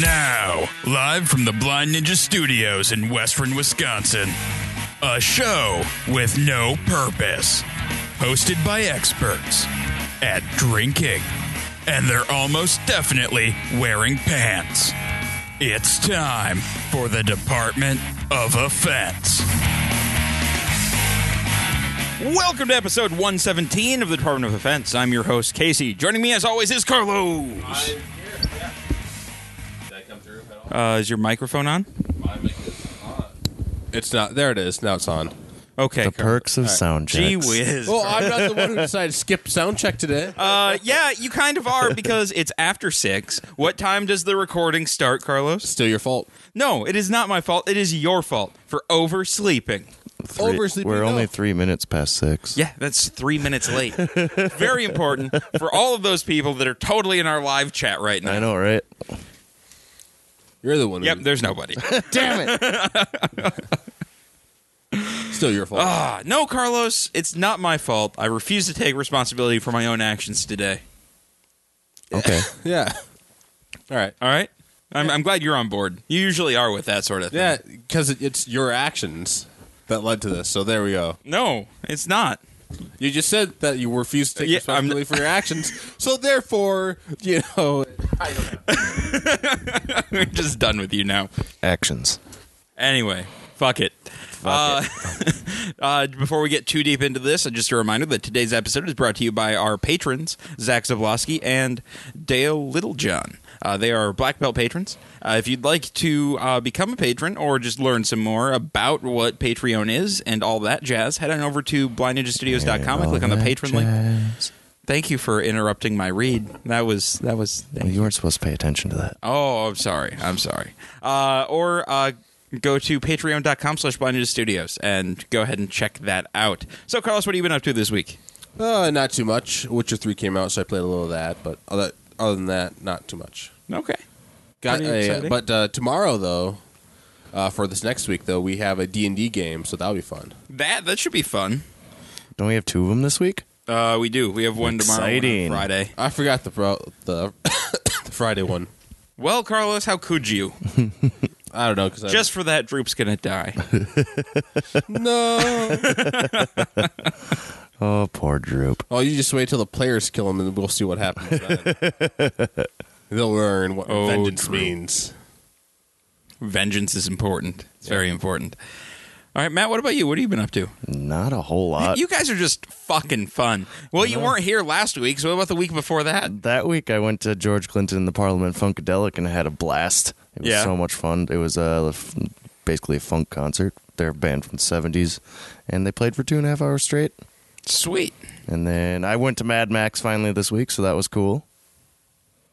Now, live from the Blind Ninja Studios in Western Wisconsin, a show with no purpose, hosted by experts at drinking, and they're almost definitely wearing pants. It's time for the Department of Offense. Welcome to episode 117 of the Department of Defense. I'm your host, Casey. Joining me, as always, is Carlos. Did I come through at all? Uh, is your microphone on? My mic is on. It's not. There it is. Now it's on. Okay. The Carl- perks of sound checks. Gee whiz. Well, I'm not the one who decided to skip sound check today. Uh, yeah, you kind of are because it's after six. What time does the recording start, Carlos? Still your fault. No, it is not my fault. It is your fault for oversleeping. Three- Oversleeping We're only enough. three minutes past six. Yeah, that's three minutes late. Very important for all of those people that are totally in our live chat right now. I know, right? You're the one. Yep, Who, there's nobody. Damn it! still your fault. Ah, no, Carlos, it's not my fault. I refuse to take responsibility for my own actions today. okay. yeah. All right. All right? I'm, I'm glad you're on board. You usually are with that sort of thing. Yeah, because it, it's your actions that led to this. So there we go. No, it's not. You just said that you refused to take Yeah, I'm- responsibility for your actions. So therefore, you know. I'm just done with you now. Actions. Anyway, fuck it. uh, uh, before we get too deep into this, uh, just a reminder that today's episode is brought to you by our patrons, Zach Zablosky and Dale Littlejohn. Uh, they are black belt patrons. Uh, if you'd like to uh, become a patron or just learn some more about what Patreon is and all that jazz, head on over to blindninjastudios.com and click on the patron link. Thank you for interrupting my read. That was that was Oh, You weren't supposed to pay attention to that. Oh, I'm sorry. I'm sorry. Uh, or uh, go to patreon.com slash Blind Ninja studios and go ahead and check that out. So, Carlos, what have you been up to this week? Uh, not too much. Witcher 3 came out, so I played a little of that. But other, other than that, not too much. Okay. Got Pretty a, exciting. but uh, tomorrow though, uh, for this next week though, we have a D and D game, so that'll be fun. That that should be fun. Don't we have two of them this week? Uh, we do. We have one Exciting. tomorrow one on Friday. I forgot the pro- the, the Friday one. Well, Carlos, how could you? I don't know because Just for that, Droop's gonna die. no. Oh, poor Droop. oh, you just wait till the players kill him, and we'll see what happens. Then. They'll learn what Oh, vengeance true. means. Vengeance is important. It's very important. All right, Matt. What about you? What have you been up to? Not a whole lot. you guys are just fucking fun. Well, you weren't here last week, so what about the week before that? that week, I went to George Clinton and the Parliament Funkadelic and had a blast. It was Yeah. so much fun. It was uh, f- basically a funk concert. They're a band from the 70s, and they played for two and a half hours straight. Sweet. And then I went to Mad Max finally this week, so that was cool.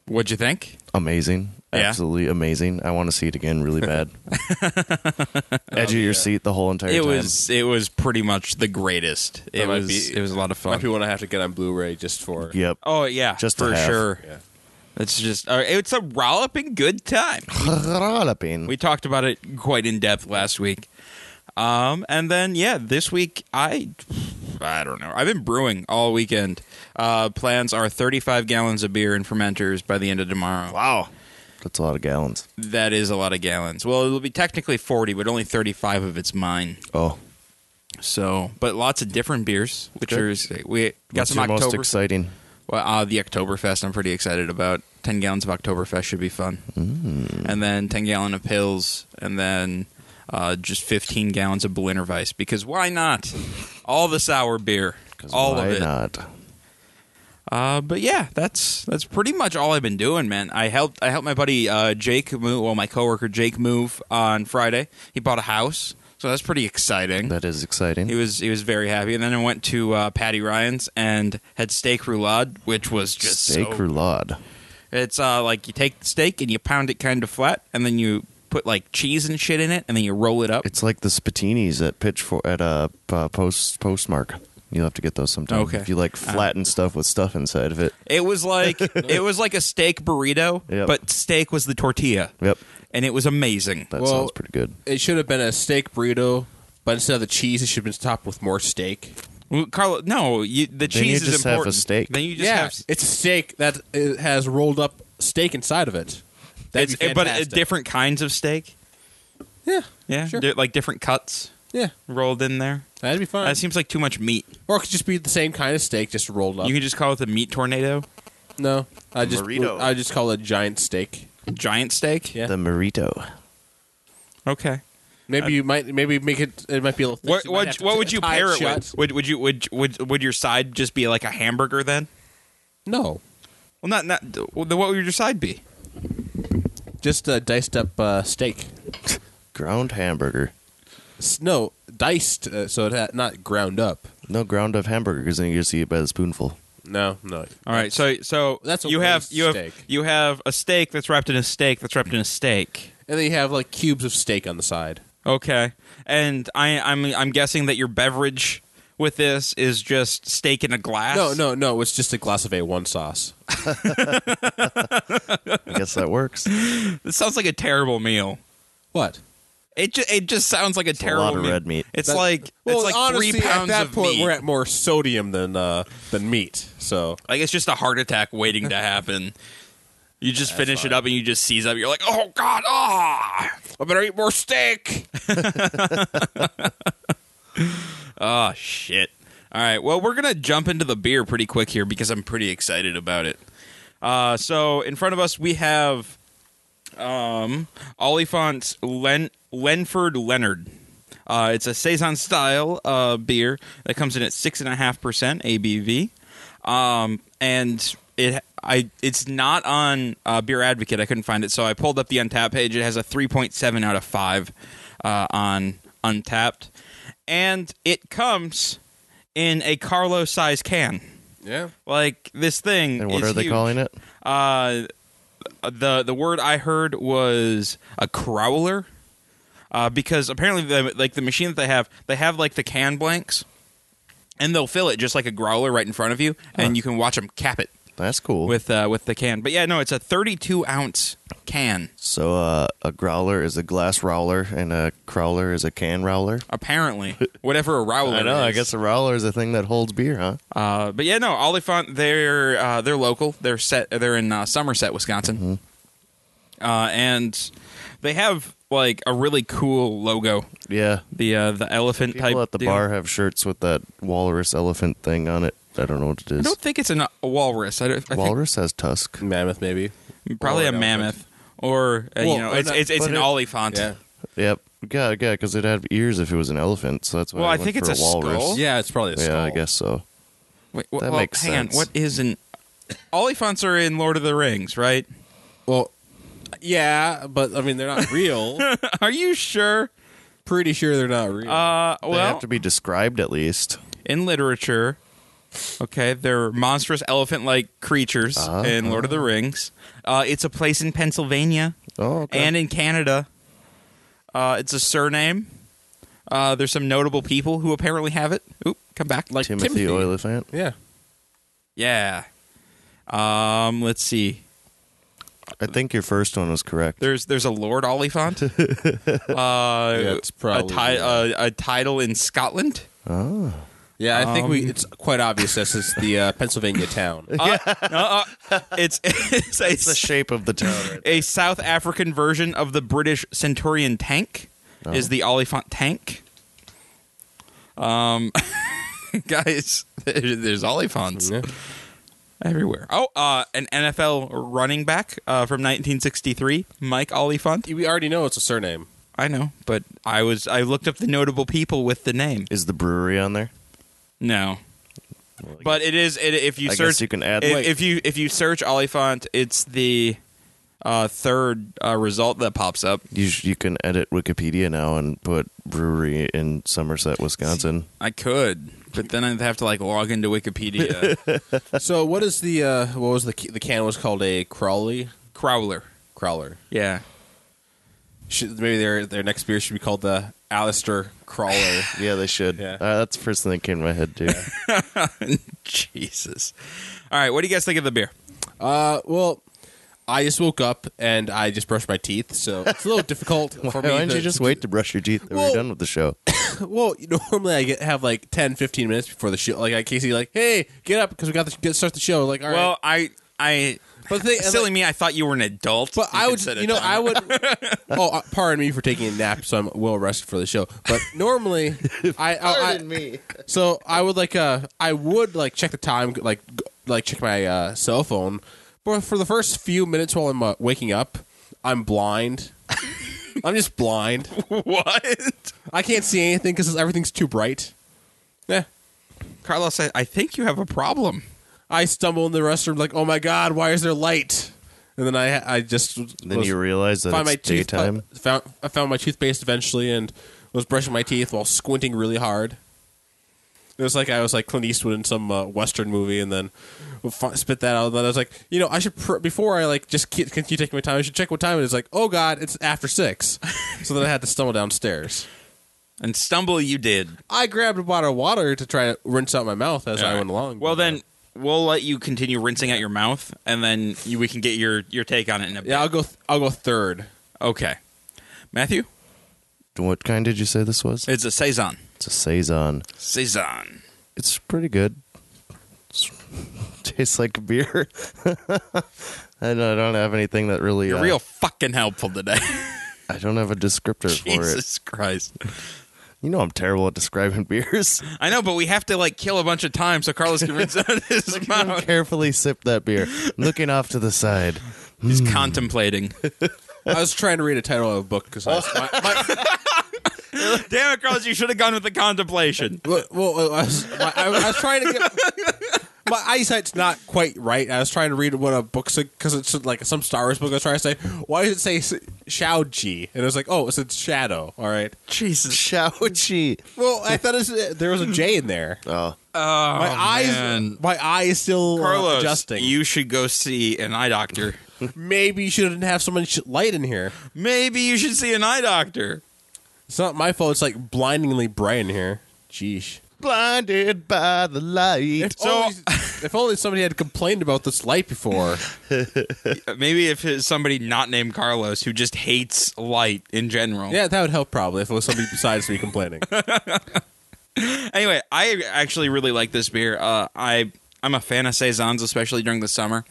What'd you think? amazing. Yeah. Absolutely amazing. I want to see it again really bad. Edge of your seat the whole entire Oh, it time. was it was pretty much the greatest. It might was be- it was a lot of Might be fun. one I have to get on Blu-ray just for. Yep. Oh yeah, Just to for have. sure. Yeah. It's just uh, it's a rollipping good time. Jalapeno. We talked about it quite in depth last week. Um, and then yeah, this week I I don't know. I've been brewing all weekend. Uh, plans are 35 gallons of beer and fermenters by the end of tomorrow. Wow. That's a lot of gallons. That is a lot of gallons. Well, it'll be technically 40, but only 35 of it's mine. Oh. So, but lots of different beers, which Good. are we got What's some your October. most exciting? Well, uh, the Oktoberfest, I'm pretty excited about. 10 gallons of Oktoberfest should be fun. Mm. And then 10 gallon of pills, and then uh, just 15 gallons of Berlinerweiss, because why not? All the sour beer. 'Cause All why of it. Hmm? not? Uh, but yeah, that's that's pretty much all I've been doing, man. I helped I helped my buddy uh, Jake move, well, my coworker Jake move on Friday. He bought a house, so that's pretty exciting. That is exciting. He was he was very happy, and then I went to uh, Patty Ryan's and had steak roulade, which was just Steak so- roulade. It's uh, like you take the steak and you pound it kind of flat, and then you put like cheese and shit in it, and then you roll it up. It's like the spattinis at pitch for at a uh, post postmark. You'll have to get those sometime. Okay. Uh-huh. If you like flatten stuff with stuff inside of it. it was like it was like a steak burrito, Yep. but steak was the tortilla, Yep. and it was amazing. That Well- sounds pretty good. It should have been a steak burrito, but instead of the cheese, it should have been topped with more steak. Well, Carlo, no, you, the Then you cheese is just have a important. steak. Then you just yeah, have. it's a steak that uh, has rolled up steak inside of it. It's, That'd be but uh, fantastic. different kinds of steak. Yeah, Yeah, Sure. Di- like different cuts yeah. rolled in there. That'd be fun. That seems like too much meat. or it could just be the same kind of steak, just uh, rolled up. You can just call it the meat tornado, no, I just Burrito. I just call it a giant steak. giant steak. Yeah. The Marito. Okay. Maybe you might maybe make it. It might be a little. thick, What so you might have what, to what would you tie pair it shut. with? Would would you would would would your side just be like a hamburger then? No, Well, not not. well, then What would your side be? just a diced up uh, steak. Ground hamburger. S- No, diced, uh, so it had not ground up. No ground up hamburger because then you just eat it by the spoonful. No, no. All right, so so That's a you have waste you have steak. you have a steak that's wrapped in a steak that's wrapped in a steak. And then you have like cubes of steak on the side. Okay, and I I'm I'm guessing that your beverage with this is just steak in a glass. No, no, no. It's just a glass of A1 sauce. I guess that works. This sounds like a terrible meal. What? It ju- it just sounds like a a terrible lot of meal. red meat. It's That- like Well, it's like honestly, three pounds at that of point, meat. we're at more sodium than uh, than meat. So like it's just a heart attack waiting to happen. You just finish it up and you just seize up. You're like, oh god, ah, I better eat more steak. oh shit. All right, well, we're gonna jump into the beer pretty quick here because I'm pretty excited about it. Uh, so in front of us we have um, Oliphant's Len- Lenford Leonard. Uh, it's a saison style uh, beer that comes in at six and a half percent ABV, um, and it I it's not on uh, Beer Advocate. I couldn't find it, so I pulled up the Untapped page. It has a three point seven out of five uh, on Untapped, and it comes in a Carlo size can. Yeah. Like this thing. And what is are they huge. calling it? Uh, the the word I heard was a crowler, uh, because apparently the like the machine that they have, they have like the can blanks, and they'll fill it just like a growler right in front of you, and you can watch them cap it That's cool. with uh, with the can. But yeah, no, it's a 32 ounce can. so uh, a growler is a glass rowler and a crowler is a can rowler. Apparently, whatever a rowler. I know. I is. guess a rowler is a thing that holds beer, huh? Uh, but yeah, no, Oliphant. They're uh, they're local. They're set. They're in uh, Somerset, Wisconsin, Mm-hmm. uh, and they have like a really cool logo. Yeah. The uh, the elephant type People at the deal. bar have shirts with that walrus elephant thing on it. I don't know what it I is. don't think it's an, a walrus. I, don't, I walrus has tusk. Mammoth, maybe. think probably a Walrus. mammoth or uh, Well, you know or it's not- it's, it's but an it- Oliphant. Yeah. Yep. Yeah, yeah, because it'd have ears if it was an elephant, so that's why. Well, I, I went think for it's a a walrus. skull. Yeah, it's probably a Yeah, skull. I guess so. Wait, wh- That well, makes hang sense. on. What is an Oliphants are in Lord of the Rings, right? Well, yeah, but I mean they're not real. Are you sure? Pretty sure they're not real. Uh, well, they have to be described at least. in literature. Okay, they're monstrous elephant-like creatures Uh-huh. in Lord of the Rings. Uh, it's a place in Pennsylvania Oh, okay. and in Canada. Uh, it's a surname. Uh, there's some notable people who apparently have it. Oop, come back. like Timothy, Oliphant. Yeah. yeah. Um, let's see. I think your first one was correct. There's there's a Lord Oliphant. uh, Yeah, it's a, probably. ti- a, a title in Scotland. yeah, I think we. It's quite obvious this is the uh, Pennsylvania town. Uh, It's it's, It's the shape of the town. Right? a South African version of the British Centurion tank Oh. is the Oliphant tank. Um, guys, there- there's Oliphants Yeah. everywhere. Oh, uh, an NFL running back uh, from 1963, Mike Oliphant. we already know it's a surname. I know, but I was I looked up the notable people with the name. Is the brewery on there? No. I But it is it, if you I search guess you can add. if, like, if you if you search Oliphant, it's the uh, third uh, result that pops up. you, sh- you can edit Wikipedia now and put brewery in Somerset, Wisconsin. I could, but then I'd have to like log into Wikipedia. so what is the? Uh, what was the? ca- The can was called a Crawley Crowler. Crawler. Yeah. Should, maybe their their next beer should be called the Alistair Crawler. Yeah, they should. Yeah. Uh, that's the first thing that came to my head too. Jesus. All right, what do you guys think of the beer? uh, well. I just woke up and I just brushed my teeth, so it's a little difficult for Why me. don't to- you just wait to brush your teeth? when Well- we're done with the show. Well, you know, normally I get have like 10, 15 minutes before the show. Like I Casey, like, hey, get up because we got to get, start the show. Like, all right. well, I I But the thing, Silly me, I thought you were an adult. But You I could would, set a you know, timer. I would. oh, uh, pardon me for taking a nap, so I'm well rested for the show. But normally, I, I, I me. so I would like uh I would like check the time like g- like check my uh, cell phone, but for the first few minutes while I'm uh, waking up, I'm blind. I'm just blind. What? I can't see anything because everything's too bright. Yeah. Carlos, I, I think you have a problem. I stumble in the restroom like, oh my god, why is there light? And then I I just Then was- you realize that found it's my tooth- daytime. found I found my toothpaste eventually and was brushing my teeth while squinting really hard. It was like I was like Clint Eastwood in some uh, Western movie, and then fu- spit that out. And then I was like, you know, I should pr- before I like just keep, continue taking my time. I should check what time it is. Like, oh god, it's after six. so then I had to stumble downstairs. And stumble you did. I grabbed a bottle of water to try to rinse out my mouth as I went along. Well, then we'll let you continue rinsing out your mouth, and then you, we can get your, your take on it in a bit. yeah, I'll go. Th- I'll go third. Okay. Matthew, What kind did you say this was? it's a Saison. It's a saison. Saison. It's pretty good. It's, tastes like beer. I don't, I don't have anything that really. You're uh, real fucking helpful today. I don't have a descriptor for it. Jesus Christ. You know I'm terrible at describing beers. I know, but we have to like kill a bunch of time so Carlos can rinse out his mouth. Carefully sip that beer, looking off to the side. He's contemplating. I was trying to read a title of a book because I was, my, my, Damn it, Carlos, you should have gone with the contemplation. Well, well I, was, my, I, I was trying to get my eyesight's not quite right. I was trying to read what a book because it's like some Star Wars book. I was trying to say, why does it say Shao Ji? And it was like, oh, it's a shadow. All right. Jesus. Chowchi. Well, I thought it was, uh, there was a J in there. Oh, Oh, My eyes, man. my eye is still uh, Carlos, adjusting. you should go see an eye doctor. Maybe you shouldn't have so much light in here. Maybe you should see an eye doctor. It's not my fault. It's like blindingly bright in here. Jeez. blinded by the light. Oh. If only- if only somebody had complained about this light before. Maybe if it's somebody not named Carlos who just hates light in general. Yeah, that would help probably if it was somebody besides me complaining. Anyway, I actually really like this beer. Uh, I I'm a fan of saisons, especially during the summer.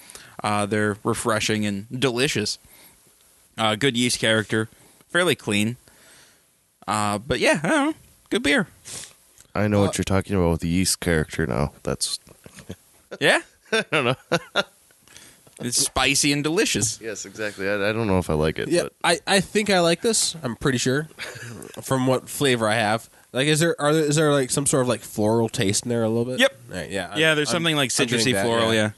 Uh, they're refreshing and delicious. Uh, good yeast character, fairly clean. Uh, but yeah, I don't know. good beer. I know what you're talking about with the yeast character now. That's Yeah, I don't know. it's spicy and delicious. yes, exactly. I, I don't know if I like it. Yeah, but I, I think I like this. I'm pretty sure from what flavor I have. Like, is there are there, is there like some sort of like floral taste in there a little bit? Yep. All right, yeah. yeah, there's something like I'm getting citrusy that, floral. Yeah.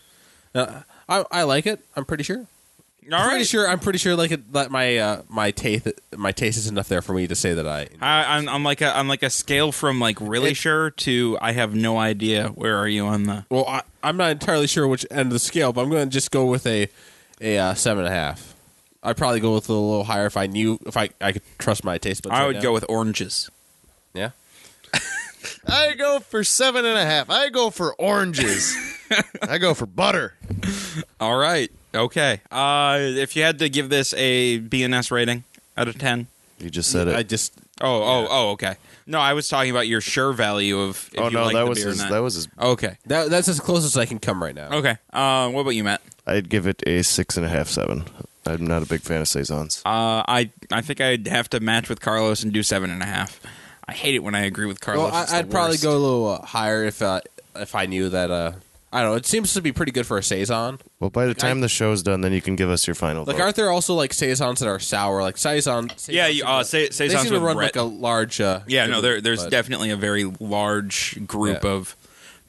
I, I like it. I'm pretty sure. All I'm right. pretty sure. I'm pretty sure. Like it, that my uh, my taste my taste is enough there for me to say that I. I, I'm, I'm like a I'm like a scale from like really sure to I have no idea. Where are you on the? Well, I, I'm not entirely sure which end of the scale, but I'm going to just go with a a uh, seven and a half. I'd probably go with a little higher if I knew if I, I could trust my taste. But I would go with oranges. yeah. I go for seven and a half. I go for oranges. I go for butter. All right. Okay. Uh, if you had to give this a BNS rating out of 10. You just said it. I just Oh, oh, oh, okay. No, I was talking about your sure value of if oh you no, like that the was beer or his, not. that was his. Okay. that, that's as close as I can come right now. Okay. Uh, what about you, Matt? I'd give it a six and a half, seven. I'm not a big fan of saisons. Uh, I I think I'd have to match with Carlos and do seven and a half. I hate it when I agree with Carlos. Well, I, It's the I'd probably worst. go a little uh, higher if uh, if I knew that. Uh, I don't know. It seems to be pretty good for a saison. Well, by the time the show's done, then you can give us your final Like, vote. aren't there also like saisons that are sour? Like saison. saisons Yeah, you, uh, say, say they seem to with run Brett. like a large. Uh, Yeah, no, there, there's but- definitely a very large group Yeah. of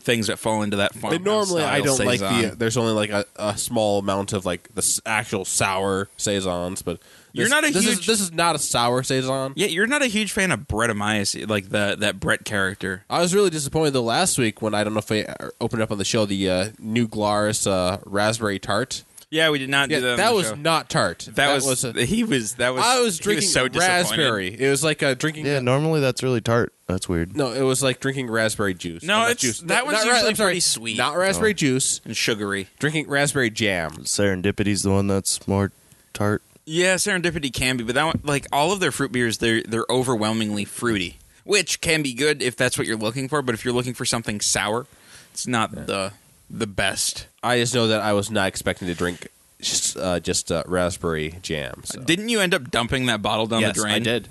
things that fall into that farm. But normally, I don't like the. uh, There's only like a, a small amount of like the s- actual sour saisons, but You're this- not a this huge- Is, this is not a sour saison. Yeah, you're not a huge fan of Brett Amias, like the that Brett character. I was really disappointed though last week when I don't know if I uh, opened up on the show the uh, new Glaris uh, raspberry tart. Yeah, we did not Yeah, do that. that, on the was show. not tart. that, was, he was that was. I was he drinking so disappointed. raspberry. It was like a drinking. yeah, normally that's really tart. That's weird. No, it was like drinking raspberry juice. No, Not it's- juice. that No, one's not usually I'm sorry, pretty sweet. Not Oh. raspberry juice. and sugary. Drinking raspberry jam. Serendipity's the one that's more tart. Yeah, serendipity can be, but that one, like all of their fruit beers, they're they're overwhelmingly fruity, which can be good if that's what you're looking for. But if you're looking for something sour, it's not the the best. I just know that I was not expecting to drink s- uh, just uh, raspberry jam. so. Didn't you end up dumping that bottle down yes, the drain? I did.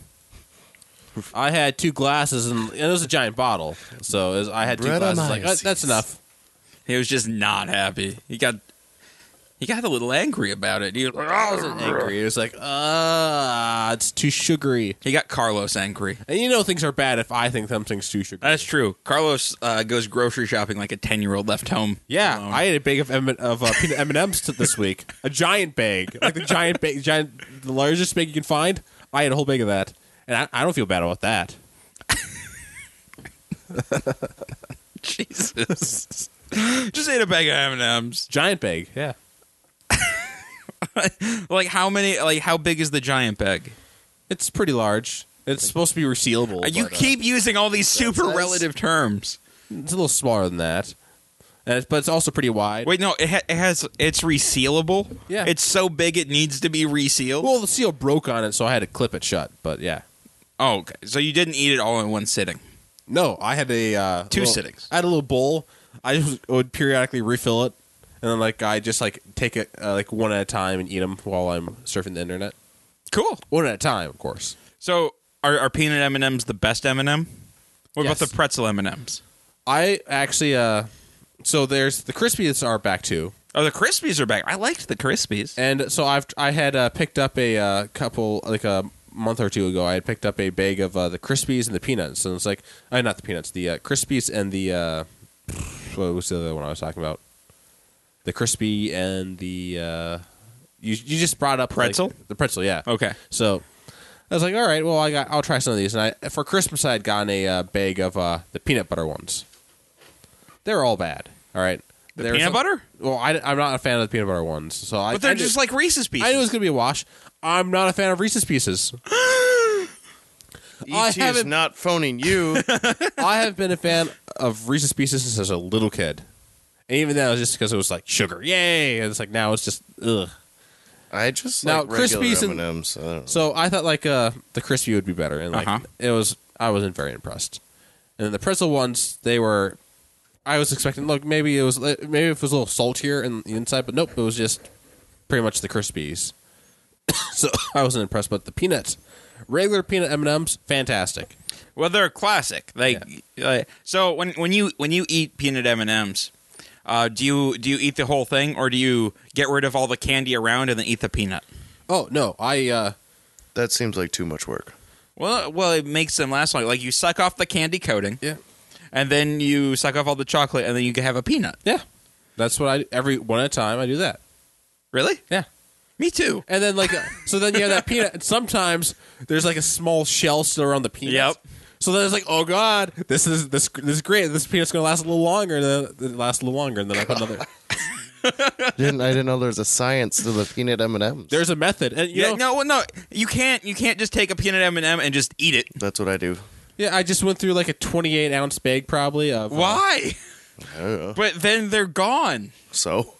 I had two glasses, and, and it was a giant bottle. So it was, I had two Bread on glasses. Like my "Uh, that's enough. He was just not happy. He got he got a little angry about it. He, was like, "Oh, I wasn't angry. It was like, ah, it's too sugary. he got Carlos angry. And you know things are bad if I think something's too sugary. That's true. Carlos uh, goes grocery shopping like a ten year old left home. Yeah, alone. I had a bag of M- of uh, peanut M and M's this week. A giant bag, like the giant bag, giant, the largest bag you can find. I had a whole bag of that, and I, I don't feel bad about that. Jesus. just ate a bag of M and M's. Giant bag, yeah. Like how many? Like how big is the giant bag? It's pretty large. It's supposed to be resealable. you but, uh, keep using all these super size? relative terms. it's a little smaller than that, and it's, but it's also pretty wide. Wait, no, it, ha- it has it's resealable. Yeah. it's so big it needs to be resealed. Well, the seal broke on it, so I had to clip it shut. But yeah, oh, okay. So you didn't eat it all in one sitting. no, I had a uh, Two little- sittings. I had a little bowl. I just would periodically refill it, and then like I just like take it uh, like one at a time and eat them while I'm surfing the internet. Cool. One at a time, of course. So are, are peanut M and M's the best M and m What Yes. about the pretzel M and M's? I actually, uh, so there's the crispies are back too, Oh, the crispies are back. I liked the crispies. and so I've I had uh, picked up a uh, couple like a month or two ago. I had picked up a bag of uh, the crispies and the peanuts, and it's like, uh, not the peanuts, the uh, crispies and the uh, what was the other one I was talking about? The crispy and the uh, you you just brought up like, Pretzel? the pretzel, yeah. Okay. So I was like, all right, well, I got, I'll try some of these. And I, for Christmas, I had gotten a uh, bag of uh, the peanut butter ones. They're all bad. All right. The peanut butter? Well, I, am not a fan of the peanut butter ones, so I. But they're I just knew- like Reese's pieces. I knew it was gonna be a wash. I'm not a fan of Reese's Pieces. I ET E is haven't- not phoning you. I have been a fan of Reese's Pieces since I was a little kid, and even then, it was just because it was like sugar, yay! And it's like now it's just ugh. I just Now, like regular Krispies and- M&Ms. I don't know. So I thought like uh, the crispy would be better, and like Uh-huh. it was. I wasn't very impressed. And then the pretzel ones, they were. I was expecting. Look, maybe it was uh, maybe it was a little saltier in the inside, but nope, it was just pretty much the crispies. so I wasn't impressed. But the peanuts, regular peanut M and M's, fantastic. Well, they're a classic. Like, uh, so when when you when you eat peanut M and M's, uh, do you do you eat the whole thing or do you get rid of all the candy around and then eat the peanut? Oh no, I uh, that seems like too much work. Well, well, it makes them last longer. Like you suck off the candy coating, yeah and then you suck off all the chocolate, and then you can have a peanut. yeah. That's what I every one at a time I do that. Really? Yeah. Me too. And then like so then you have that peanut and sometimes there's like a small shell still around the peanut. Yep. So then it's like, oh god, this is this this is great. This peanut's gonna last a little longer, and then it lasts a little longer, and then I put another. didn't I didn't know there was a science to the peanut M&Ms. There's a method, and you Yeah, know, no, well, no, you can't. You can't just take a peanut M and m and just eat it. That's what I do. yeah, I just went through like a 28 ounce bag probably Oh. of uh, Why? I don't know. But then they're gone. So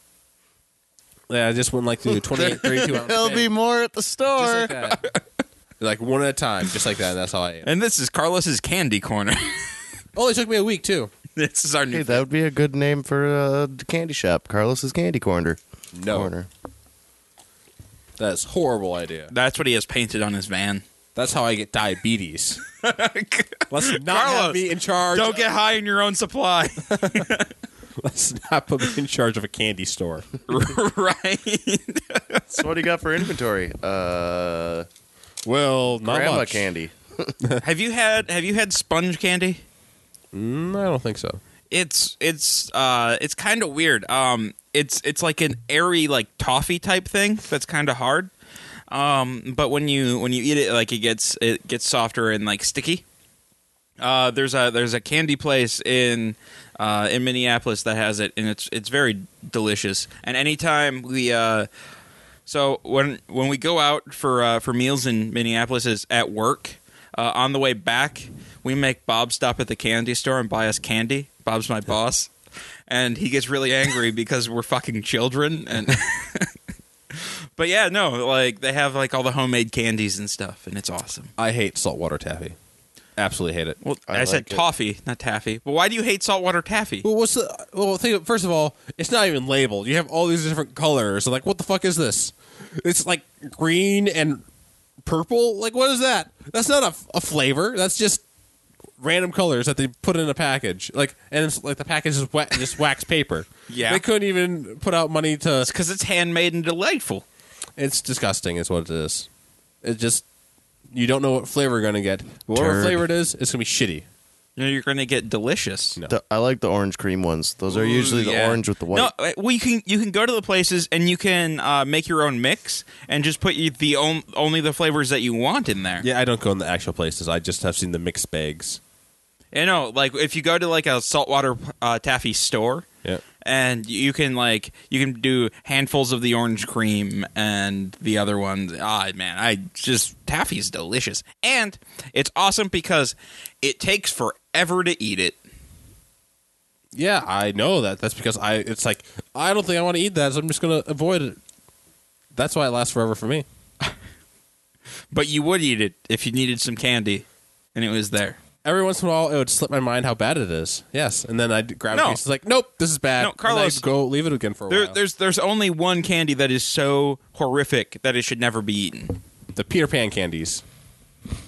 yeah, I just went like through 28, 32 ounce. there'll bag. be more at the Just store. like that. Like one at a time, just like that. and That's how I ate. And this is Carlos's candy corner. Only took me a week too. this is our new. Hey, that would be a good name for a candy shop. Carlos's Candy Corner. No, Corner. that's horrible idea. That's what he has painted on his van. That's how I get diabetes. Let's not Carlos, have me in charge. Don't get high in your own supply. Let's not put me in charge of a candy store. right? so what do you got for inventory? Uh, Well, not grandma much. candy. have you had have you had sponge candy? Mm, I don't think so. It's it's uh it's kind of weird. Um it's it's like an airy like toffee type thing that's kind of hard. Um but when you when you eat it like it gets it gets softer and like sticky. Uh there's a there's a candy place in uh in Minneapolis that has it and it's it's very delicious. And anytime we uh So when when we go out for uh, for meals in Minneapolis is at work, uh, on the way back we make Bob stop at the candy store and buy us candy. Bob's my boss, and he gets really angry because we're fucking children. And but yeah, no, like they have like all the homemade candies and stuff, and it's awesome. I hate saltwater taffy. Absolutely hate it. Well, I, I like said it. toffee, not taffy. But why do you hate saltwater taffy? Well, what's the well? Think of, first of all, it's not even labeled. You have all these different colors. So like, what the fuck is this? It's like green and purple. Like, what is that? That's not a, a flavor. That's just random colors that they put in a package. Like, and it's like the package is wet, just wax paper. Yeah. they couldn't even put out money to. It's because it's handmade and delightful. It's disgusting. Is what it is. It just you don't know what flavor you're gonna get. Whatever Turd. flavor it is, it's gonna be shitty. You know, you're going to get delicious. No. The- I like the orange cream ones. Those are usually the Yeah. orange with the white. No, uh, well, you can you can go to the places and you can uh, make your own mix and just put you the on, only the flavors that you want in there. Yeah, I don't go in the actual places. I just have seen the mixed bags. You know, like if you go to like a saltwater uh, taffy store, Yeah. and you can like you can do handfuls of the orange cream and the other one. Ah, man, I just taffy's delicious, and it's awesome because it takes forever to eat it. Yeah, I know that. That's because I. It's like I don't think I want to eat that, so I'm just gonna avoid it. That's why it lasts forever for me. But you would eat it if you needed some candy, and it was there. Every once in a while, it would slip my mind how bad it is. Yes, and then I'd grab No. a piece. It's like, nope, this is bad. No, And I'd Carlos- go leave it again for a There, while. there's there's only one candy that is so horrific that it should never be eaten. The Peter Pan candies.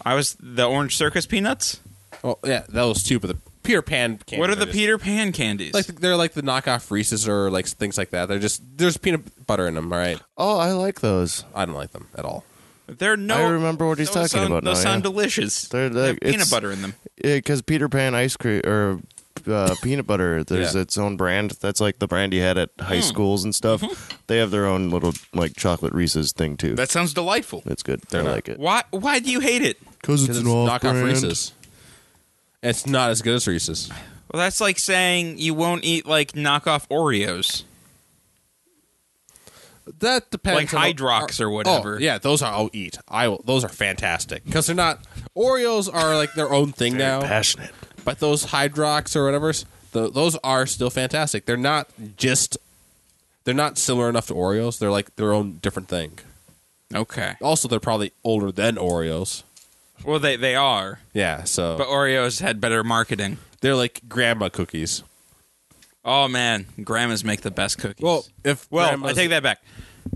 I was the orange circus peanuts. Oh yeah, those two. But the Peter Pan. candies what are the just- Peter Pan candies? Like they're like the knockoff Reese's or like things like that. They're just there's peanut butter in them. All right, Oh, I like those. I don't like them at all. They're no. I remember what he's those talking sound, about Those now, sound yeah. delicious. They're They have like- peanut it's- butter in them. Because Peter Pan ice cream or uh, peanut butter, there's its own brand. That's like the brand you had at high Hmm. schools and stuff. They have their own little like chocolate Reese's thing too. That sounds delightful. it's good. I like it Why? Why do you hate it? because Because it's knockoff Reese's. It's not as good as Reese's. Well, that's like saying you won't eat like knockoff Oreos. That depends. Like on- Hydrox or Oh, whatever. yeah, those I'll eat. I will, those are fantastic because they're not Oreos are like their own thing now. Passionate. But those Hydrox or whatever's tho- those are still fantastic. They're not just they're not similar enough to Oreos. They're like their own different thing. Okay. Also, they're probably older than Oreos. Well, they they are, Yeah, so but Oreos had better marketing. they're like grandma cookies. Oh man, grandmas make the best cookies. Well, if well, grandmas- I take that back.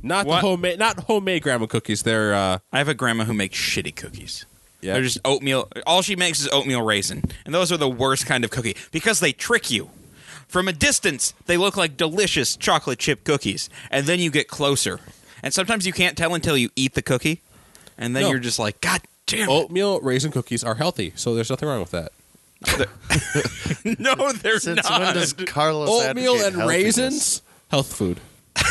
Not What? the homemade, not homemade grandma cookies. They're uh, I have a grandma who makes shitty cookies. Yeah. They're just oatmeal. All she makes is oatmeal raisin. And those are the worst kind of cookie because they trick you. From a distance, they look like delicious chocolate chip cookies. And then you get closer. And sometimes you can't tell until you eat the cookie. And then No. Oh. you're just like, God damn. it. oatmeal raisin cookies are healthy, so there's nothing wrong with that. No, they're Since when not. does Carlos Oatmeal advocate and healthiness? raisins, health food.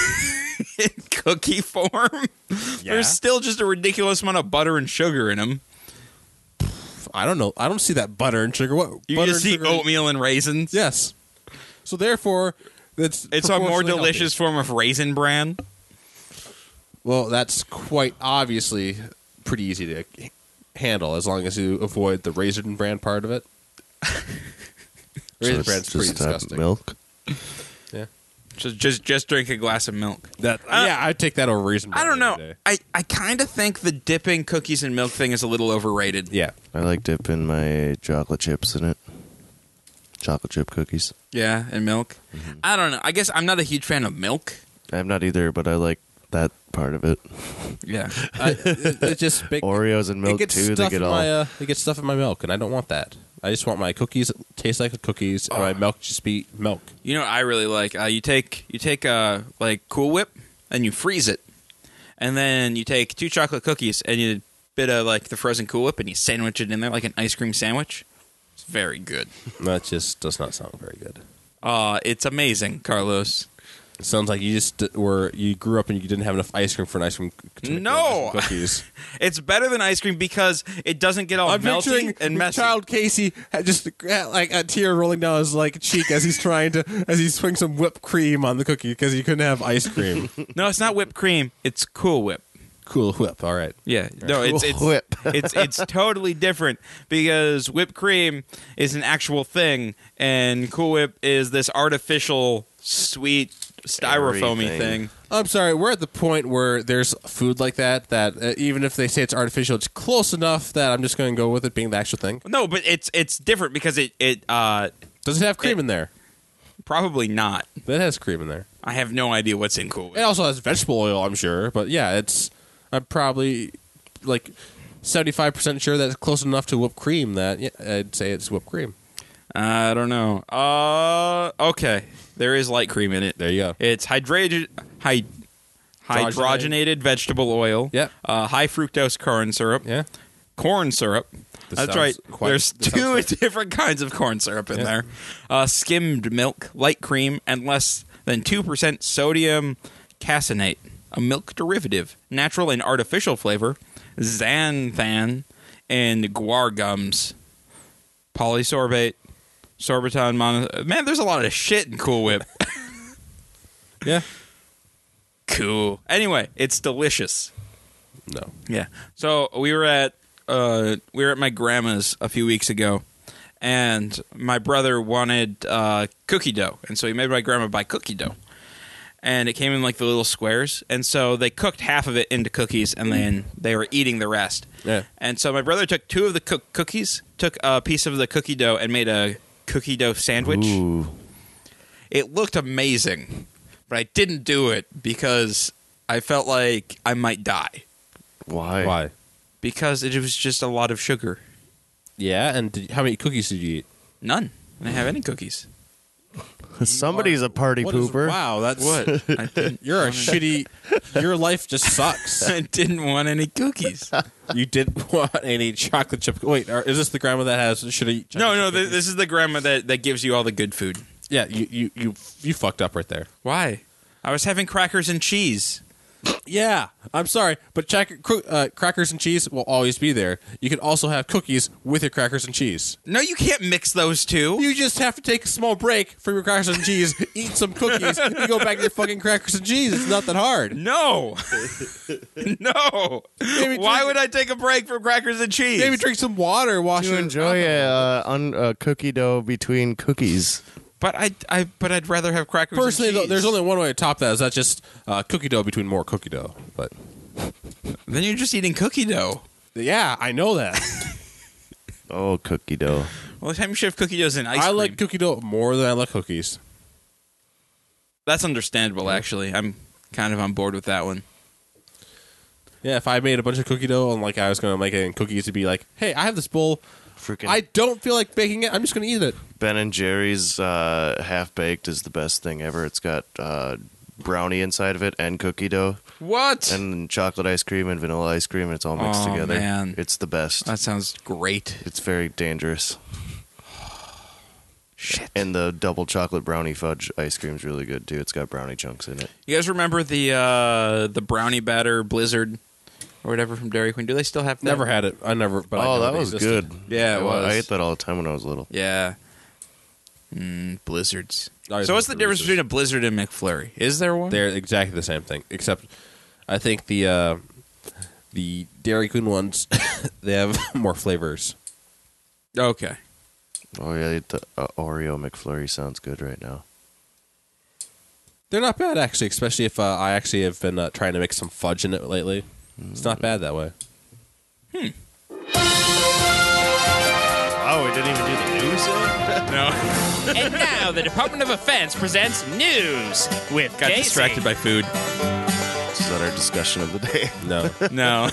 In cookie form. There's still just a ridiculous amount of butter and sugar in them. I don't know. I don't see that butter and sugar. What You butter just see and sugar- oatmeal and raisins. Yes. So therefore, that's It's a more proportionally healthy. delicious form of raisin bran. Well, that's quite obviously pretty easy to h- handle as long as you avoid the raisin bran part of it. So raisin it's bran's pretty just, uh, disgusting. Milk. Yeah. Just just just drink a glass of milk. That yeah, I'd take that over raisin. I bran don't any know. day. I, I kind of think the dipping cookies in milk thing is a little overrated. Yeah. I like dipping my chocolate chips in it. Chocolate chip cookies. Yeah, and milk. Mm-hmm. I don't know. I guess I'm not a huge fan of milk. I'm not either, but I like that part of it. Yeah. I, it, it just big, Oreos and it milk gets too. They stuff get in all. my uh, it gets stuff in my milk, and I don't want that. I just want my cookies that taste like cookies, and my milk just be milk. You know what I really like? Uh, you take you take uh like Cool Whip and you freeze it. And then you take two chocolate cookies and you bit of like the frozen Cool Whip and you sandwich it in there like an ice cream sandwich. It's very good. That just does not sound very good. Uh it's amazing, Carlos. It sounds like you just d- were you grew up and you didn't have enough ice cream for an ice cream. c- to make No! ice cream cookies. It's better than ice cream because it doesn't get all I'm melty picturing and messy. child Casey had just had, like a tear rolling down his like cheek as he's trying to as he swings some whipped cream on the cookie because he couldn't have ice cream. No, it's not whipped cream. It's Cool Whip. cool whip. All right. Yeah, no, it's it's Whip. it's it's totally different because whipped cream is an actual thing, and Cool Whip is this artificial sweet styrofoamy Everything. thing. I'm sorry, we're at the point where there's food like that that uh, even if they say it's artificial, it's close enough that I'm just going to go with it being the actual thing. No, but it's it's different because it it uh, Does it have cream in there? probably not. It has cream in there. I have no idea what's in Cool It Whip. also has vegetable oil, I'm sure, but yeah, it's I'm probably like 75% sure that's close enough to whipped cream that yeah, I'd say it's whipped cream. I don't know. Uh, okay, there is light cream in it. There you go. It's hydrated, hy- hydrogenated vegetable oil. Yep. Uh, high fructose corn syrup. Yeah. Corn syrup. This That's sounds right. quite- There's this two different kinds of corn syrup in there. Uh, skimmed milk, light cream, and less than two percent sodium caseinate, a milk derivative, natural and artificial flavor, xanthan, and guar gums, polysorbate, sorbiton. Mono- Man, there's a lot of shit in Cool Whip. Yeah. Cool. Anyway, it's delicious. No. Yeah. So we were at uh, we were at my grandma's a few weeks ago, and my brother wanted uh, cookie dough, and so he made my grandma buy cookie dough, and it came in like the little squares, and so they cooked half of it into cookies, and then they were eating the rest. Yeah. And so my brother took two of the cook- cookies, took a piece of the cookie dough, and made a cookie dough sandwich. Ooh. It looked amazing, but I didn't do it because I felt like I might die Why? Why? because it was just a lot of sugar. Yeah, and did, how many cookies did you eat? None. I didn't have any cookies. Somebody's a party What is- pooper. wow, that's what I didn't, you're a shitty. Your life just sucks. I didn't want any cookies. you didn't want any chocolate chip. Wait, are, is this the grandma that has should eat? no, no. Th- this is the grandma that, that gives you all the good food. yeah, you, you you you fucked up right there. Why? I was having crackers and cheese. Yeah, I'm sorry, but check, cro- uh, crackers and cheese will always be there. You can also have cookies with your crackers and cheese. No, you can't mix those two. You just have to take a small break from your crackers and cheese, eat some cookies, and go back to your fucking crackers and cheese. It's not that hard. No. no. Maybe Why drink- would I take a break from crackers and cheese? Maybe drink some water, wash You your enjoy a uh, un- uh, cookie dough between cookies. but I, I but I'd rather have crackers Personally, and cheese. though, there's only one way to top that. Is that just uh, cookie dough between more cookie dough? But Then you're just eating cookie dough. yeah, I know that. Oh, cookie dough. Well, the time you should have cookie doughs and ice I cream. like cookie dough more than I like cookies. That's understandable, actually. I'm kind of on board with that one. Yeah, if I made a bunch of cookie dough and like I was going to make it in cookies, to be like, hey, I have this bowl. Freaking I don't feel like baking it. I'm just going to eat it. Ben and Jerry's uh, half baked is the best thing ever. It's got uh, brownie inside of it and cookie dough What? and chocolate ice cream and vanilla ice cream. And it's all mixed Oh, together. man. It's the best. That sounds great. It's very dangerous. Shit. And the double chocolate brownie fudge ice cream is really good too. It's got brownie chunks in it. You guys remember the uh, the brownie batter blizzard or whatever from Dairy Queen? Do they still have that? Never had it. I never. But I oh, know that they was existed. good. Yeah, it I- was. I ate that all the time when I was little. Yeah. Mm, blizzards. I just So what's the like difference Reese's. between a blizzard and McFlurry? Is there one? They're exactly the same thing, except I think the uh, the Dairy Queen ones they have more flavors. Okay. Oh yeah, the uh, Oreo McFlurry sounds good right now. They're not bad actually, especially if uh, I actually have been uh, trying to make some fudge in it lately. It's not bad that way. Oh, we didn't even do the news. No. And now the Department of Defense presents news with Got Casey. distracted by food. Is that our discussion of the day? No, No.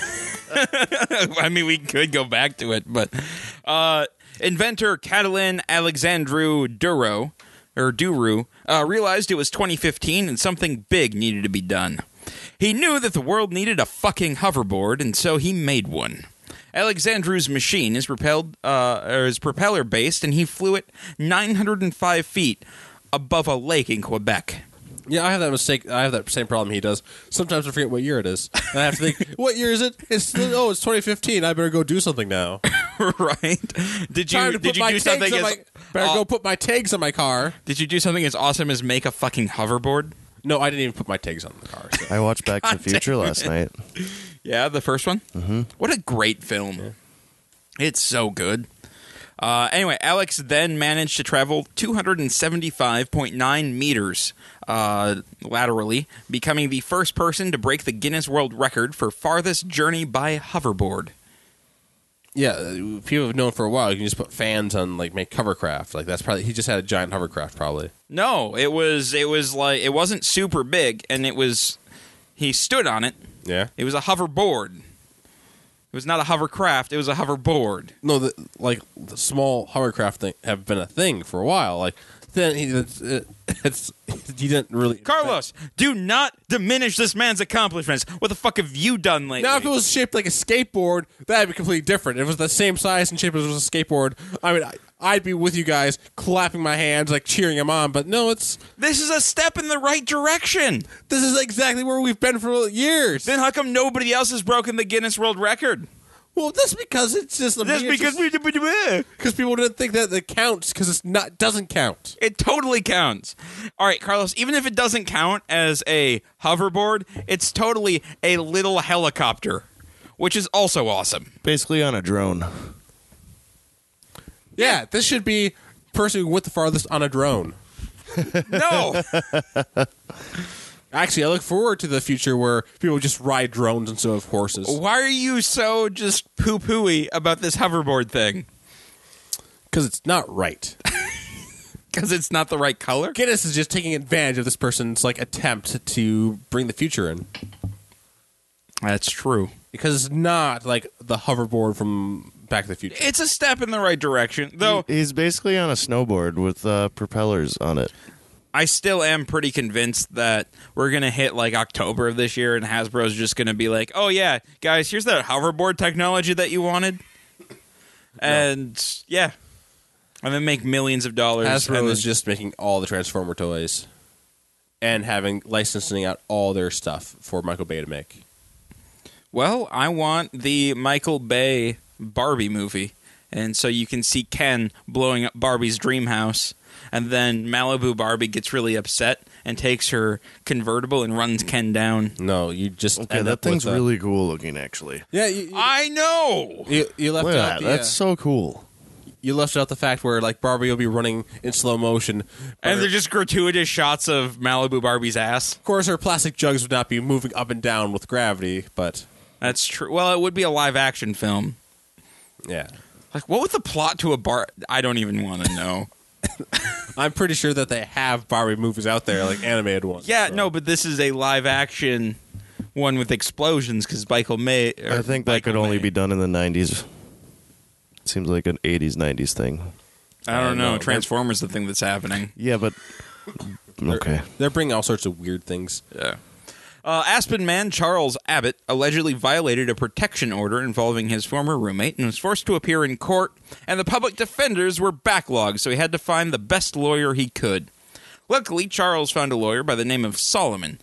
I mean, we could go back to it, but uh, inventor Catalin Alexandru Duro or Duru uh, realized it was 2015 and something big needed to be done. He knew that the world needed a fucking hoverboard, and so he made one. Alexandru's machine is propelled, uh, or is propeller based, and he flew it 905 feet above a lake in Quebec. yeah, I have that mistake. I have that same problem he does. Sometimes I forget what year it is. And I have to think, what year is it? It's oh, it's 2015. I better go do something now. right? Did Time you to did put you my do tags something? on as- my, better go put my tags on my car. Did you do something as awesome as make a fucking hoverboard? No, I didn't even put my tags on the car. So. I watched Back to the Future last night. Yeah, the first one. Mm-hmm. What a great film! It's so good. Uh, anyway, Alex then managed to travel 275.9 meters uh, laterally, becoming the first person to break the Guinness World Record for farthest journey by hoverboard. Yeah, uh, people have known for a while. You can just put fans on, like, make hovercraft. Like that's probably he just had a giant hovercraft, probably. No, it was it was like it wasn't super big, and it was he stood on it. Yeah. It was a hoverboard. It was not a hovercraft. It was a hoverboard. No, the, like the small hovercraft thing have been a thing for a while. Like then he, it's, it's he didn't really. Carlos, do not diminish this man's accomplishments. What the fuck have you done lately? Now, if it was shaped like a skateboard, that'd be completely different. If it was the same size and shape as it was a skateboard, I mean, I, I'd be with you guys, clapping my hands, like cheering him on. But no, it's this is a step in the right direction. this is exactly where we've been for years. Then how come nobody else has broken the Guinness World Record? Well, that's because it's just a That's because we because people didn't think that it counts because it's not doesn't count. it totally counts. All right, Carlos, even if it doesn't count as a hoverboard, it's totally a little helicopter, which is also awesome. Basically on a drone. Yeah, this should be person who went the farthest on a drone. No. Actually, I look forward to the future where people just ride drones instead of horses. Why are you so just poo pooey about this hoverboard thing? Because it's not right. Because it's not the right color? Guinness is just taking advantage of this person's like attempt to bring the future in. That's true. Because it's not like the hoverboard from Back to the Future. It's a step in the right direction, though He's basically on a snowboard with uh, propellers on it. I still am pretty convinced that we're going to hit like October of this year and Hasbro's just going to be like, "Oh yeah, guys, here's that hoverboard technology that you wanted." And yeah. I'm going to make millions of dollars. Hasbro and is then- just making all the Transformer toys and having licensing out all their stuff for Michael Bay to make. Well, I want the Michael Bay Barbie movie. And so you can see Ken blowing up Barbie's dream house. And then Malibu Barbie gets really upset and takes her convertible and runs Ken down. No, you just Yeah, end that up with uh, thing's a- really cool looking, actually. yeah. You, you, I know. you, you left Look at out that. the, uh, That's so cool. you left out the fact where like Barbie will be running in slow motion, And they're just gratuitous shots of Malibu Barbie's ass. Of course, her plastic jugs would not be moving up and down with gravity, but That's true. Well, it would be a live action film. yeah. Like, what was the plot to a bar? I don't even want to know. I'm pretty sure that they have Barbie movies out there, like animated ones. yeah, so. no, but this is a live action one with explosions because Michael May. or I think that could Michael only May. be done in the 90s. Seems like an 80s, 90s thing. I don't No, know. they're- Transformers, the thing that's happening. Yeah, but. Okay. They're bringing all sorts of weird things. Yeah. Uh, Aspen man Charles Abbott allegedly violated a protection order involving his former roommate and was forced to appear in court, and the public defenders were backlogged, so he had to find the best lawyer he could. Luckily, Charles found a lawyer by the name of Solomon,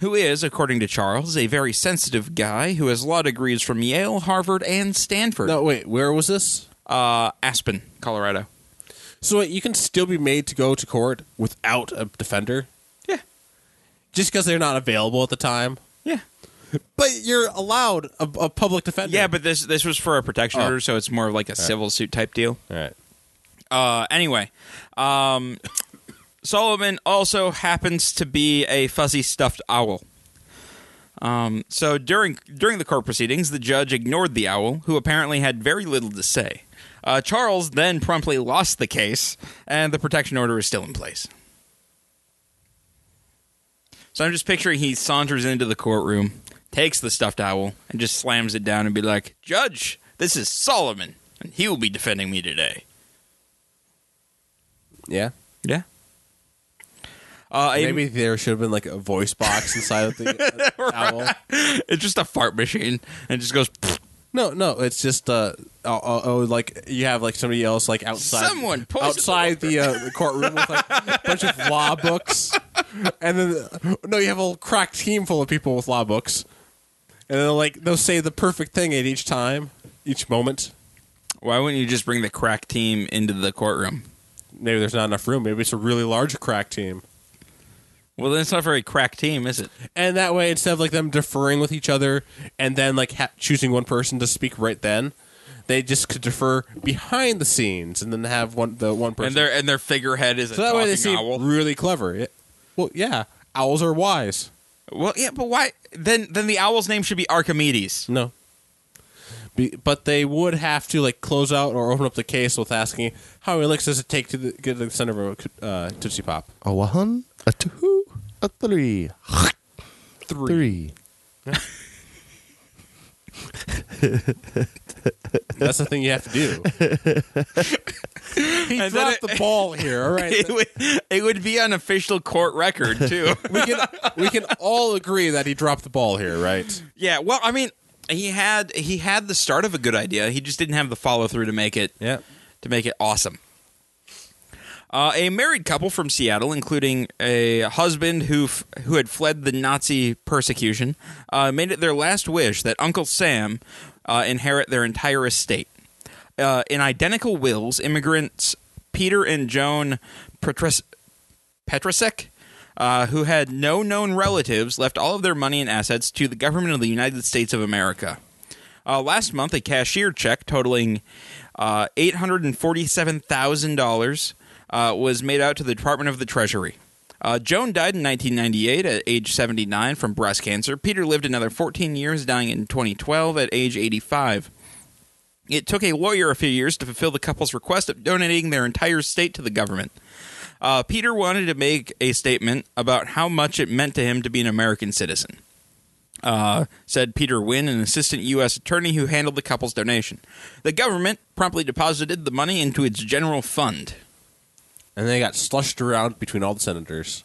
who is, according to Charles, a very sensitive guy who has law degrees from Yale, Harvard, and Stanford. No, wait, where was this? Uh, Aspen, Colorado. So wait, you can still be made to go to court without a defender? Yeah. Just because they're not available at the time? Yeah. But you're allowed a, a public defender. Yeah, but this this was for a protection order, so it's more of like a civil suit type deal. All right. Uh, anyway, um, Solomon also happens to be a fuzzy stuffed owl. Um, so during during the court proceedings, the judge ignored the owl, who apparently had very little to say. Uh, Charles then promptly lost the case, and the protection order is still in place. So I'm just picturing he saunters into the courtroom, takes the stuffed owl, and just slams it down and be like, "Judge, this is Solomon, and he will be defending me today." Yeah. Yeah. Uh, a- Maybe there should have been like a voice box inside of the uh, owl. it's just a fart machine, and it just goes. No, no, it's just uh oh, oh, oh like you have like somebody else like outside Someone poisoned outside the, uh, the courtroom with like a bunch of law books, and then uh, no, you have a whole crack team full of people with law books, and then like they'll say the perfect thing at each time, each moment. Why wouldn't you just bring the crack team into the courtroom? Maybe there's not enough room. Maybe it's a really large crack team, Well, then it's not a very crack team, is it? and that way instead of like them deferring with each other and then like ha- choosing one person to speak right then, They just could defer behind the scenes and then have one the one person. and their and their figurehead is a so that way they talking seem owl. really clever. Yeah. well, yeah, owls are wise. Well, yeah, but why? Then then the owl's name should be Archimedes. No. Be, but they would have to like close out or open up the case with asking how many licks does it take to the, get to the center of a uh, tootsie pop? A one, a two, a three. Three. That's the thing you have to do. he And then dropped it- the ball here. All right, It would, it would be on official court record too. we can we can all agree that he dropped the ball here, right? yeah. Well, I mean, he had he had the start of a good idea. He just didn't have the follow through to make it Yeah. to make it awesome. Uh, a married couple from Seattle, including a husband who f- who had fled the Nazi persecution, uh, made it their last wish that Uncle Sam uh, inherit their entire estate. Uh, in identical wills, immigrants Peter and Joan Petras- Petrasek, uh, who had no known relatives, left all of their money and assets to the government of the United States of America. Uh, last month, a cashier check totaling uh, $847,000 uh, was made out to the Department of the Treasury. Uh, Joan died in 1998 at age 79 from breast cancer. Peter lived another 14 years, dying in 2012 at age 85. It took a lawyer a few years to fulfill the couple's request of donating their entire estate to the government. Uh, Peter wanted to make a statement about how much it meant to him to be an American citizen uh, said Peter Wynn, an assistant U.S. attorney who handled the couple's donation. The government promptly deposited the money into its general fund. And they got slushed around between all the senators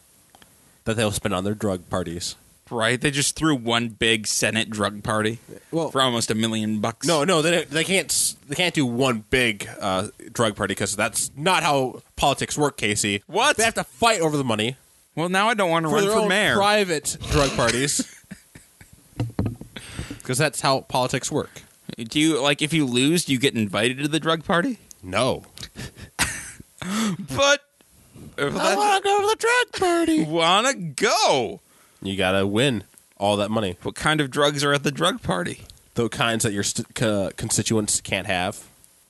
that they'll spend on their drug parties. Right? They just threw one big Senate drug party Well- for almost a million bucks. No, no, they they can't s- they can't do one big uh, drug party because that's not how politics work, Casey. What? They have to fight over the money Well, now I don't want to for run their for own mayor. private drug parties. Because that's how politics work. do you like if you lose, do you get invited to the drug party? No, But uh, I want to go to the drug party. Want to go? you gotta win all that money. What kind of drugs are at the drug party? The kinds that your st- co- constituents can't have.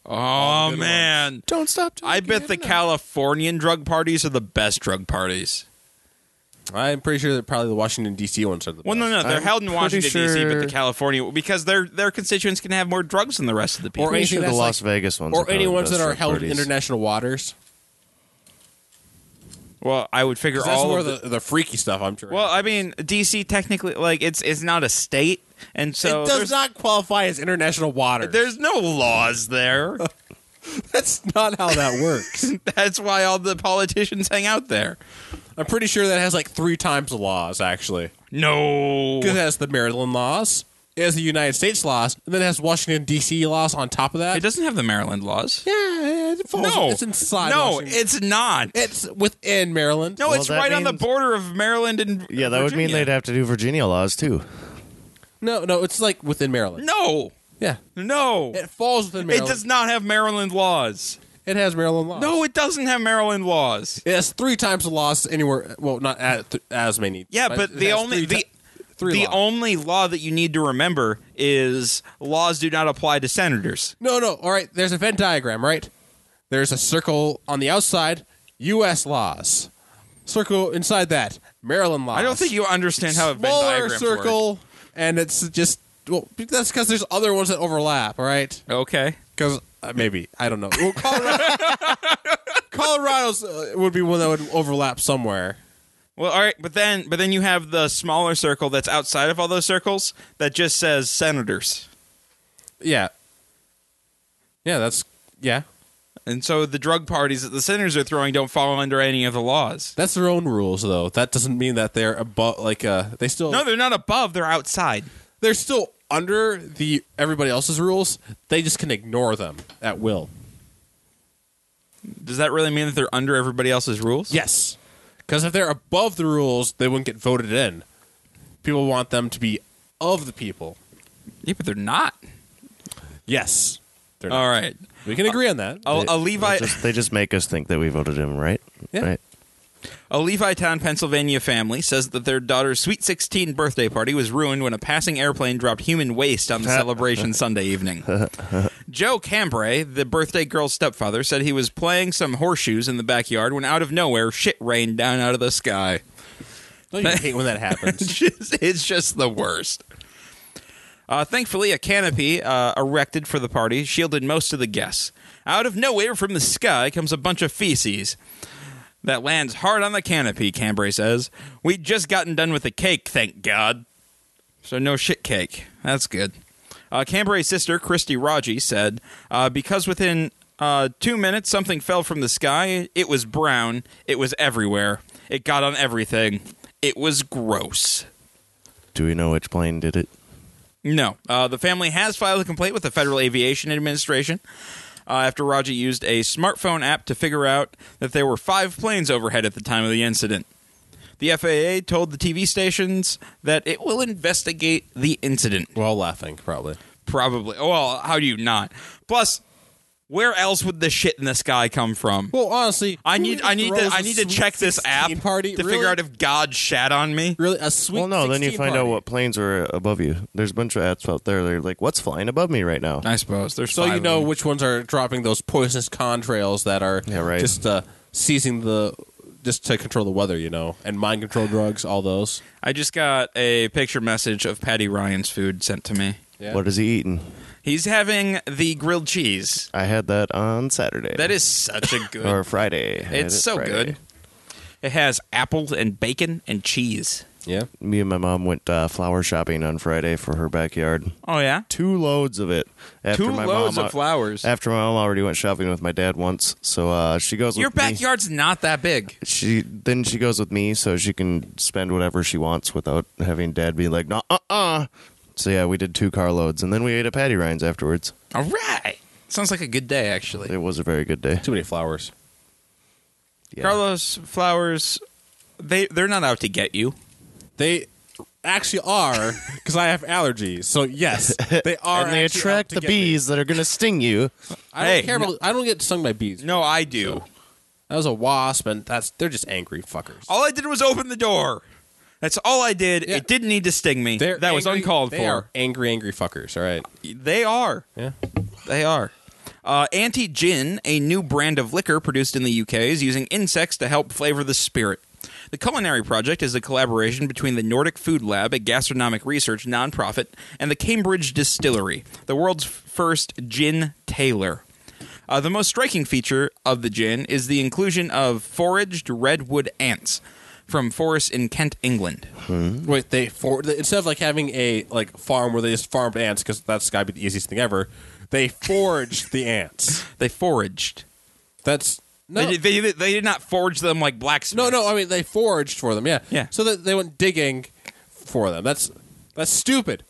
Oh man. Don't stop. till I you bet get the enough. Californian drug parties are the best drug parties. I'm pretty sure that probably the Washington D.C. ones are the best. Well, no, no, they're I'm held in pretty Washington D.C., but the sure- California because their their constituents can have more drugs than the rest of the people. Or Pretty anything sure the that's Las like- Vegas ones, are or probably any the ones best that are drug held in parties. international waters. well, I would figure 'Cause That's all more of the, the freaky stuff. I'm sure. Well, I mean, D.C. technically, like it's it's not a state, and so it there's, does not qualify as international waters. there's no laws there. That's not how that works. That's why all the politicians hang out there. I'm pretty sure that has like three times the laws, actually. No, Because it has the Maryland laws, it has the United States laws, and then it has Washington, D.C. laws on top of that. it doesn't have the Maryland laws. yeah, it falls. no, It's inside. No, Washington. it's not. it's within Maryland. no, Well, it's that right on the means- border of Maryland and Yeah, that would mean Virginia. they'd have to do Virginia laws too. No, no, it's like within Maryland. No, Yeah. no, It falls within it Maryland. does not have Maryland laws. It has Maryland laws. No, it doesn't have Maryland laws. It has three times the laws anywhere. Well, not at th- as many. Yeah, but it the has only- three ti- three the laws. only law that you need to remember is laws do not apply to senators. No, no. All right. There's a Venn diagram, right? There's a circle on the outside, U.S. laws. Circle inside that, Maryland laws. I don't think you understand how a Venn smaller diagram circle, and it's just well, that's because there's other ones that overlap. All right, works. Okay. because uh, maybe I don't know. Well, Colorado, Colorado's uh, would be one that would overlap somewhere. Well, all right, but then but then you have the smaller circle that's outside of all those circles that just says senators. Yeah, yeah. That's yeah. And so the drug parties that the senators are throwing don't fall under any of the laws. That's their own rules, though. That doesn't mean that they're above. Like uh, they still No, they're not above, they're outside. they're still under the everybody else's rules. They just can ignore them at will. Does that really mean that they're under everybody else's rules? Yes, because if they're above the rules, they wouldn't get voted in. People want them to be of the people. Yeah, but they're not. Yes, Uh, they're not. All right. we can agree on that. Oh, A, a They Levi just, they just make us think that we voted him, right? Yeah. Right. A Levittown, Pennsylvania family says that their daughter's sweet 16 birthday party was ruined when a passing airplane dropped human waste on the celebration Sunday evening. Joe Cambray, the birthday girl's stepfather, said he was playing some horseshoes in the backyard when out of nowhere shit rained down out of the sky. Don't you hate when that happens? It's just, it's just the worst. Uh, thankfully, a canopy uh, erected for the party shielded most of the guests. Out of nowhere from the sky comes a bunch of feces that lands hard on the canopy, Cambray says. We'd just gotten done with the cake, thank God. So, no shit cake. That's good. Uh, Cambray's sister, Christy Raji, said uh, because within uh, two minutes something fell from the sky, it was brown, it was everywhere, it got on everything, it was gross. Do we know which plane did it? No. Uh, the family has filed a complaint with the Federal Aviation Administration uh, after Raji used a smartphone app to figure out that there were five planes overhead at the time of the incident. The FAA told the TV stations that it will investigate the incident. We're all laughing, probably. Probably. Oh, Well, how do you not? Plus, where else would the shit in the sky come from? Well, honestly, I who need I need to throws I a need to sweet check this 16 app party? to Really? figure out if God shat on me. Really, a sweet. Well, no. Then you 16 find out party. what planes are above you. There's a bunch of apps out there. They're like, "What's flying above me right now?" I suppose there's So five you of know them. which ones are dropping those poisonous contrails that are Yeah, right. just uh, seizing the just to control the weather, you know, and mind control drugs, all those. I just got a picture message of Patty Ryan's food sent to me. Yeah. What is he eating? He's having the grilled cheese. I had that on Saturday. That is such a good. or Friday. I had it's it so Friday. good. It has apples and bacon and cheese. Yeah. Me and my mom went uh, flower shopping on Friday for her backyard. Oh yeah, Two loads of it. After two my loads mom, of flowers. After my mom already went shopping with my dad once, so uh, she goes. Your with me. backyard's not that big. She then she goes with me, so she can spend whatever she wants without having dad be like, "No, uh, uh." So yeah, we did two carloads, and then we ate at Patty Ryan's afterwards. All right, sounds like a good day actually. It was a very good day. Too many flowers. Yeah. Carlos Flowers, they they're not out to get you. They actually are because I have allergies. So yes, they are. and actually out they attract to the get me. bees that are going to sting you. I Hey, don't care about. I don't get stung by bees. No, I do. That was a wasp, and that's they're just angry fuckers. All I did was open the door. That's all I did. Yeah. It didn't need to sting me. They're that was angry- uncalled they for. Are angry, angry fuckers. All right. They are. Yeah. They are. Uh, Anti Gin, a new brand of liquor produced in the UK, is using insects to help flavor the spirit. The Culinary Project is a collaboration between the Nordic Food Lab, a gastronomic research nonprofit, and the Cambridge Distillery, the world's first gin tailor. Uh, the most striking feature of the gin is the inclusion of foraged redwood ants from forests in Kent, England. Wait, they for instead of like having a like farm where they just farmed ants because that's got to be the easiest thing ever. They foraged the ants. They foraged. That's no, They, they, they did not forge them like blacksmiths. no, no. I mean, they foraged for them. Yeah, Yeah. So that they went digging for them. That's that's stupid.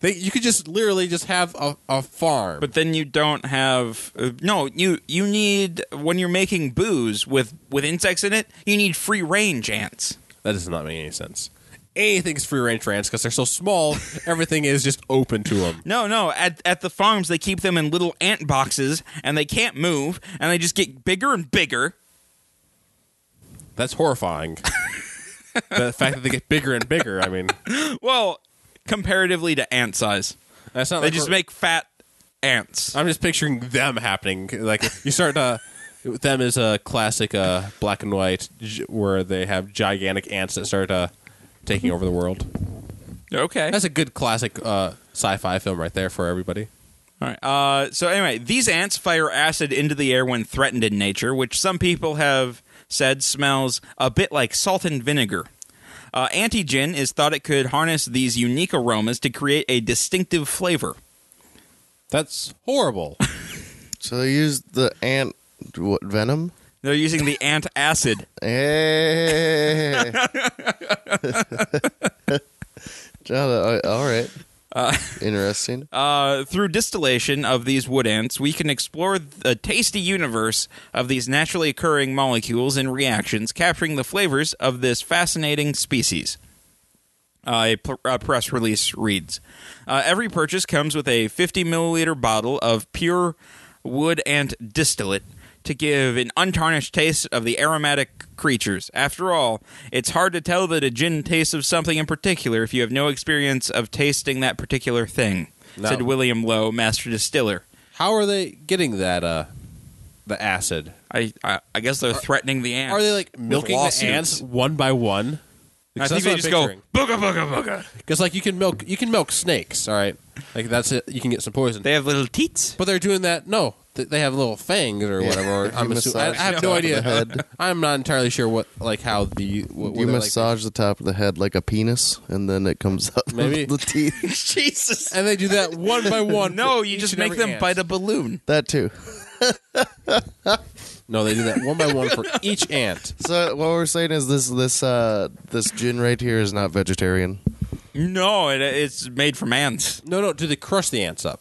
They you could just literally just have a, a farm. But then you don't have uh, no. You you need when you're making booze with with insects in it. You need free range ants. that does not make any sense. Anything's free range for ants because they're so small. everything is just open to them. No, no. At at the farms, they keep them in little ant boxes, and they can't move, and they just get bigger and bigger. That's horrifying. the fact that they get bigger and bigger. I mean, Well, comparatively to ant size, Oh, that's Uh, not. they like just we're- make fat ants. I'm just picturing them happening. Like you start to. Them is a classic uh, black and white gi- where they have gigantic ants that start uh, taking over the world. Okay. That's a good classic uh, sci-fi film right there for everybody. All right. Uh, so anyway, these ants fire acid into the air when threatened in nature, which some people have said smells a bit like salt and vinegar. Uh, Antigen is thought it could harness these unique aromas to create a distinctive flavor. That's horrible. So they used the ant what, venom. They're using the ant acid. Hey. John, uh, all right. Interesting. Uh, through distillation of these wood ants, we can explore the tasty universe of these naturally occurring molecules and reactions, capturing the flavors of this fascinating species. Uh, a, pr- a press release reads uh, Every purchase comes with a 50 milliliter bottle of pure wood ant distillate to give an untarnished taste of the aromatic creatures. After all, it's hard to tell that a gin tastes of something in particular if you have no experience of tasting that particular thing, said William Lowe, master distiller. How are they getting that uh the acid? I, I I guess they're threatening the ants. Are they like with milking the lawsuits. ants one by one? I think they just go booga booga booga. because like you can milk you can milk snakes, all right? Like that's it. You can get some poison. They have little teats. But they're doing that. No, th- they have little fangs or whatever. You I'm assuming. I, I massage have the no top of the idea. head. I'm not entirely sure what, like, how the what, You whether, like- massage the top of the head like a penis, and then it comes out Maybe. of the teeth. Jesus. and they do that one by one. Oh, No, for you each just and make every them ant. bite a balloon. that too. No, they do that one by one for each ant. So what we're saying is this this uh this gin right here is not vegetarian. No, it, it's made from ants. No, no. Do they crush the ants up?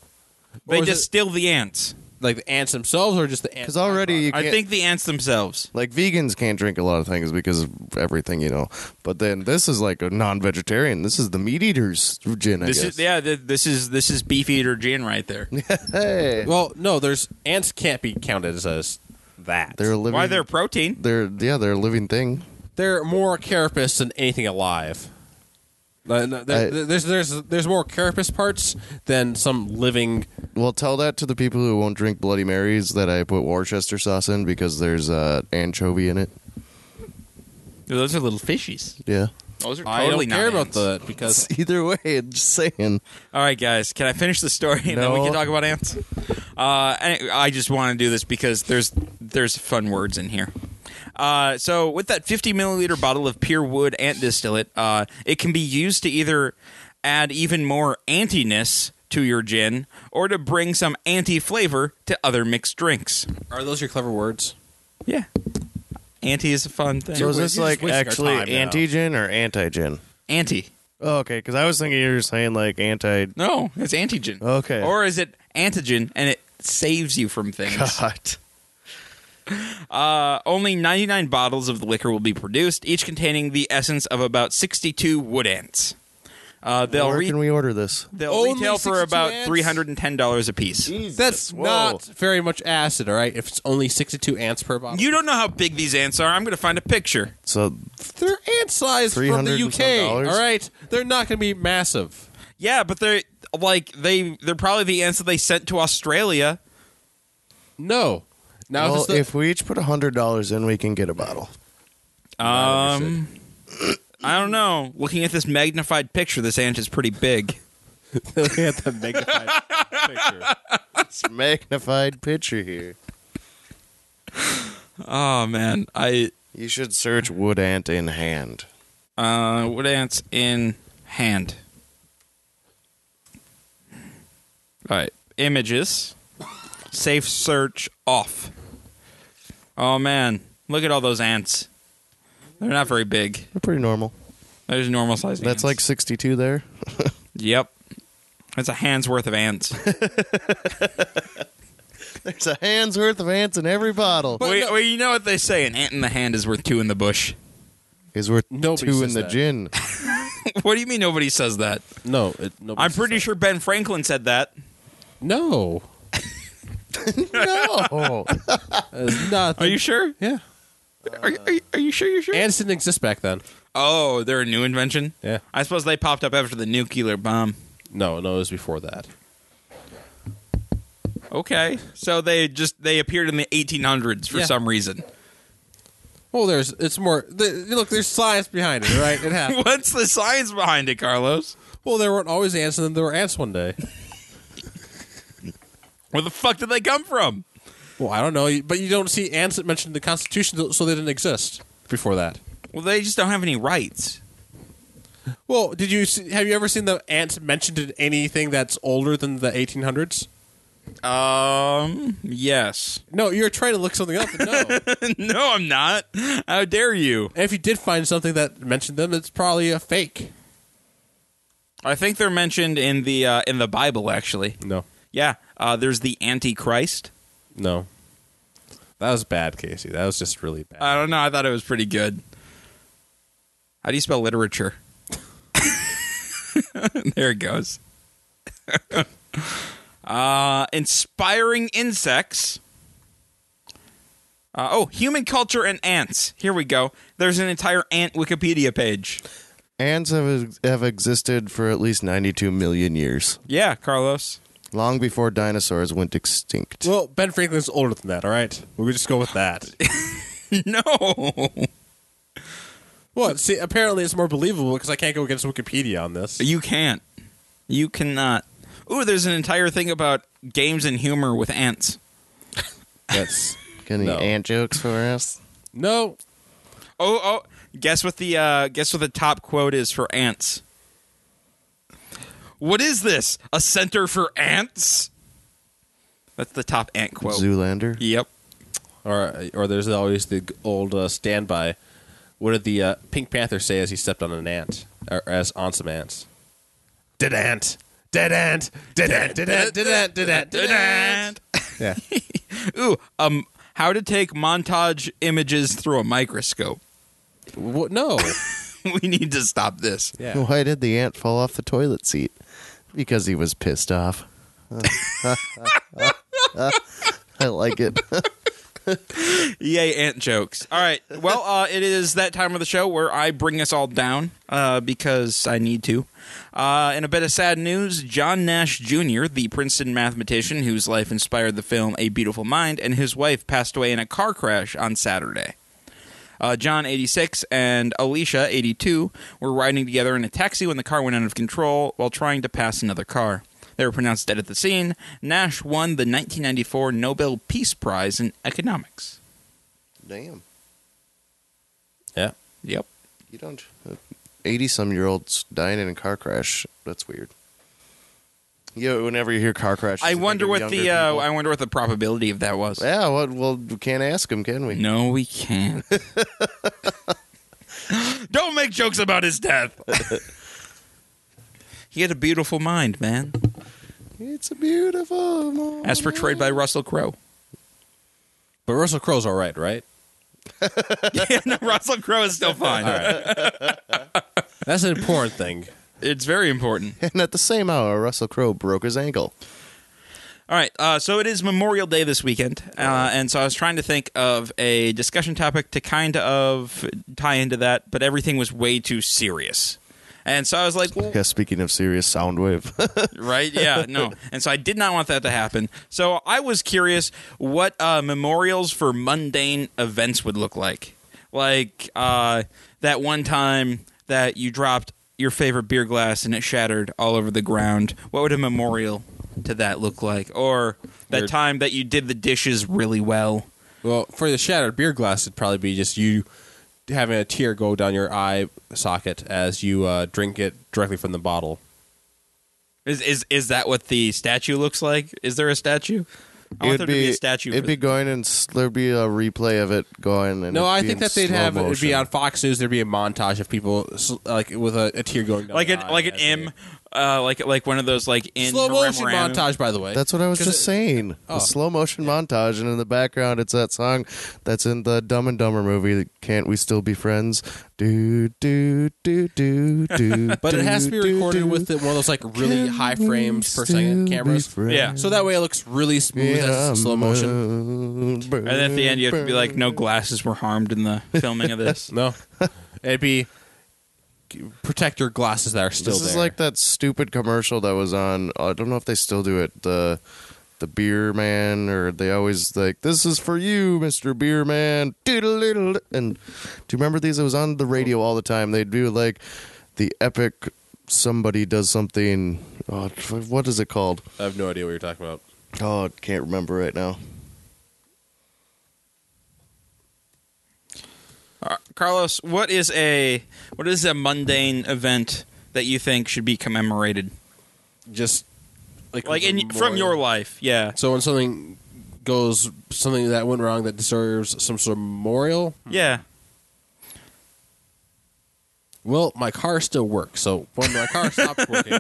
They is it- distill the ants. Like the ants themselves, or just the ants? Because already you I can't, think the ants themselves. like vegans can't drink a lot of things because of everything you know. But then this is like a non-vegetarian. This is the meat eaters gin. I This guess. is yeah. th- This is this is beef eater gin right there. Hey, Well, no. There's ants can't be counted as, as that. they're a living. Why they're protein? they're yeah they're a living thing. they're more carapace than anything alive. Uh, no, there- I- there's there's there's more carapace parts than some living Well, tell that to the people who won't drink Bloody Marys that I put Worcester sauce in because there's uh, anchovy in it. Those are little fishies. Yeah. Those are totally I don't not care about ants. that because Either way, I'm just saying. All right, guys, can I finish the story and then we No. can talk about ants? Uh, and I just want to do this because there's there's fun words in here. Uh, so with that 50 milliliter bottle of pure wood ant distillate, uh, it can be used to either add even more antiness to your gin or to bring some anti flavor to other mixed drinks. are those your clever words? Yeah, anti is a fun thing. So is this you're just like wasting our actually time now. anti-gin or anti-gin? anti? Oh, okay, because I was thinking you were saying like anti. No, it's antigen. Okay. Or is it antigen and it saves you from things? God. Uh, only 99 bottles of the liquor will be produced, each containing the essence of about 62 wood ants. Uh, they'll Where re- can we order this? they'll Only retail for 62 about ants? $310 a piece. That's Whoa. not very much acid, all right? If it's only 62 ants per bottle. You don't know how big these ants are. I'm going to find a picture. So they're ant size from the 300 and UK, some all dollars? right? They're not going to be massive. Yeah, but they're like they they're probably the ants that they sent to Australia. No. Now, if, well, it's the, if we each put hundred dollars in, we can get a bottle. Um I don't know. Looking at this magnified picture, this ant is pretty big. we had the magnified picture. It's a magnified picture here. Oh man, I You should search wood ant in hand. Uh, wood ants in hand. All right, images. Safe search off. Oh man, look at all those ants. They're not very big. They're pretty normal. They're just normal sized. That's like sixty-two there. yep. That's a hand's worth of ants. There's a hand's worth of ants in every bottle. well, you- well, you know what they say: an ant in the hand is worth two in the bush. Is worth Nobody two says in the that. gin. what do you mean nobody says that? No, it, nobody I'm says pretty that. sure Ben Franklin said that. No. no. That's Uh, not. Are you sure? Yeah. Are, are, you- are you sure? You're sure? Ants didn't exist back then. Oh, they're a new invention? Yeah. I suppose they popped up after the nuclear bomb. No, no, it was before that. Okay. So they just they appeared in the 1800s for Yeah. some reason. Well, there's. It's more. The, look, there's science behind it, all right? It happened. What's the science behind it, Carlos? well, there weren't always ants, and then there were ants one day. Where the fuck did they come from? Well, I don't know, but you don't see ants that mentioned the Constitution, so they didn't exist before that. Well, they just don't have any rights. Well, did you see, have you ever seen the ants mentioned in anything that's older than the 1800s? Um, yes. No, you're trying to look something up. But no, and no, I'm not. How dare you? if you did find something that mentioned them, it's probably a fake. I think they're mentioned in the uh, in the Bible actually. No, Yeah. Uh, there's the Antichrist. no, that was bad, Casey. That was just really bad. I don't know. I thought it was pretty good. How do you spell literature? there it goes. uh, inspiring insects. Uh, oh, human culture and ants. Here we go. There's an entire ant Wikipedia page. Ants have have existed for at least ninety-two million years. Yeah, Carlos. Long before dinosaurs went extinct. Well, Ben Franklin's older than that. All right, we'll just go with that. no. what? See, apparently it's more believable because I can't go against Wikipedia on this. You can't. You cannot. Ooh, there's an entire thing about games and humor with ants. That's Got any No. ant jokes for us? no. Oh, oh, guess what the uh guess what the top quote is for ants. What is this? A center for ants? That's the top ant quote. Zoolander. Yep. Or or there's always the old uh, standby. What did the uh, Pink Panther say as he stepped on an ant, or as on some ants? Dead ant. Dead ant. Dead ant. Dead ant. Dead ant. Dead ant. Dead ant. Yeah. Ooh, um how to take montage images through a microscope. What? No. we need to stop this. Yeah. Why did the ant fall off the toilet seat? Because he was pissed off. I like it. Yay, ant jokes. All right. Well, uh, it is that time of the show where I bring us all down uh, because I need to. Uh, in a bit of sad news, John Nash Jr., the Princeton mathematician whose life inspired the film A Beautiful Mind, and his wife passed away in a car crash on Saturday. Uh, John, 86, and Alicia, 82, were riding together in a taxi when the car went out of control while trying to pass another car. They were pronounced dead at the scene. Nash won the 1994 Nobel Peace Prize in Economics. Damn. Yeah. Yep. You don't. 80 some year olds dying in a car crash. That's weird. Yeah, whenever you hear car crashes, I you think wonder of what the younger uh, people. I wonder what the probability of that was. yeah, well, well, we can't ask him, can we? No, we can't. Don't make jokes about his death. he had a beautiful mind, man. It's a beautiful morning. As portrayed by Russell Crowe. But Russell Crowe's all right, right? yeah, no, Russell Crowe is still fine. That's an important thing. It's very important. And at the same hour, Russell Crowe broke his ankle. All right, uh, so it is Memorial Day this weekend, uh, and so I was trying to think of a discussion topic to kind of tie into that, but everything was way too serious, and so I was like, well, Yeah, speaking of serious Soundwave. right? Yeah, no. And so I did not want that to happen. So I was curious what uh, memorials for mundane events would look like. Like uh, that one time that you dropped your favorite beer glass and it shattered all over the ground. What would a memorial to that look like? Or that time that you did the dishes really well. Well, for the shattered beer glass, it'd probably be just you having a tear go down your eye socket as you uh, drink it directly from the bottle. Is, is is that what the statue looks like? Is there a statue? I want It'd there to be a statue. It'd for be going and s- there'd be a replay of it going. And No, it'd I be think in that they'd slow have it'd be motion. on Fox News. There'd be a montage of people s- like with a, a tear going down like their an eye like an as they- M, uh, like like one of those like in slow motion Ram- Ram- montage. By the way, That's what I was 'Cause just it- oh. saying. A slow motion montage, and in the background, it's that song that's in the Dumb and Dumber movie. that Can't we still be friends? Do do do do do. But it has to be do, recorded do. with the, one of those like really Can high we frames per still second be cameras. friends? Yeah. So that way it looks really smooth as it's in slow motion. And And then at the end, you have to be like, no glasses were harmed in the filming of this. No, it'd be protect your glasses that are still This is there. like that stupid commercial that was on. I don't know if they still do it. The the beer man, or they always like, this is for you, Mister Beer Man. Doodle-doodle. And do you remember these? It was on the radio all the time. They'd do like the epic. Somebody does something. Oh, what is it called? I have no idea what you're talking about. Oh, I can't remember right now. Uh, Carlos, what is a what is a mundane event that you think should be commemorated, Just like like in, from memorial. your life? Yeah, So when something goes something that went wrong that deserves some sort of memorial. yeah. Well, my car still works, so when my car stops working,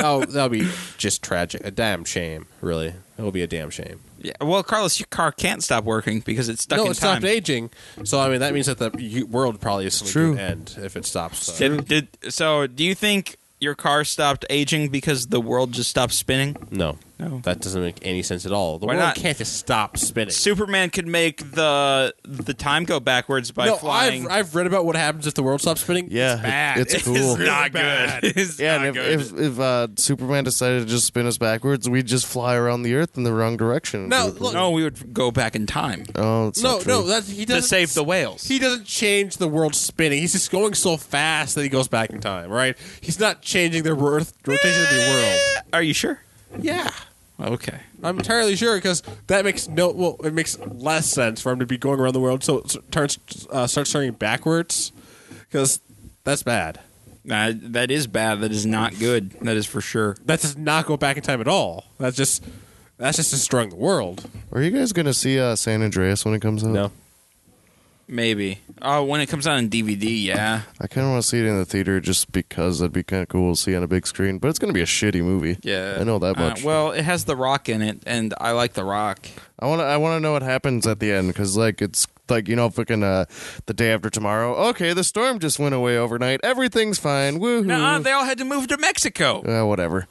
oh, that'll be just tragic. A damn shame, really. It'll be a damn shame. yeah. Well, Carlos, your car can't stop working because it's stuck no, in it time. stopped aging, so I mean that means that the u- world probably is True. going to end if it stops. So. Did, did, so, do you think your car stopped aging because the world just stopped spinning? No, No. That doesn't make any sense at all. The Why world not? can't just stop spinning. Superman could make the the time go backwards by no, flying. I've, I've read about what happens if the world stops spinning. Yeah, It's bad. it's cool. It's not good. It's yeah, not and good. if if, if uh, Superman decided to just spin us backwards, we'd just fly around the Earth in the wrong direction. No, look- no, we would go back in time oh, it's no, not true. no, that's, he to doesn't save the whales. He doesn't change the world spinning. He's just going so fast that he goes back in time, right? He's not changing the earth, rotation of the Are you sure? world. Yeah. Okay. I'm entirely sure because that makes no well, it makes less sense for him to be going around the world so it s- turns uh, starts turning backwards because that's bad. Uh, that is bad. That is not good. That is for sure. That does not go back in time at all. That's just that's just destroying the world. Are you guys gonna see uh, San Andreas when it comes out? Maybe. Oh, when it comes out on DVD, yeah. I kind of want to see it in the theater just because that'd be kind of cool to see on a big screen. But it's gonna be a shitty movie. Yeah. I know that Uh, much. well, it has The Rock in it, and I like The Rock. I want to. I want to know what happens at the end because, like, it's like you know, fucking uh, the day after tomorrow. Okay, the storm just went away overnight. Everything's fine. Woohoo! Nuh-uh, they all had to move to Mexico. uh, whatever.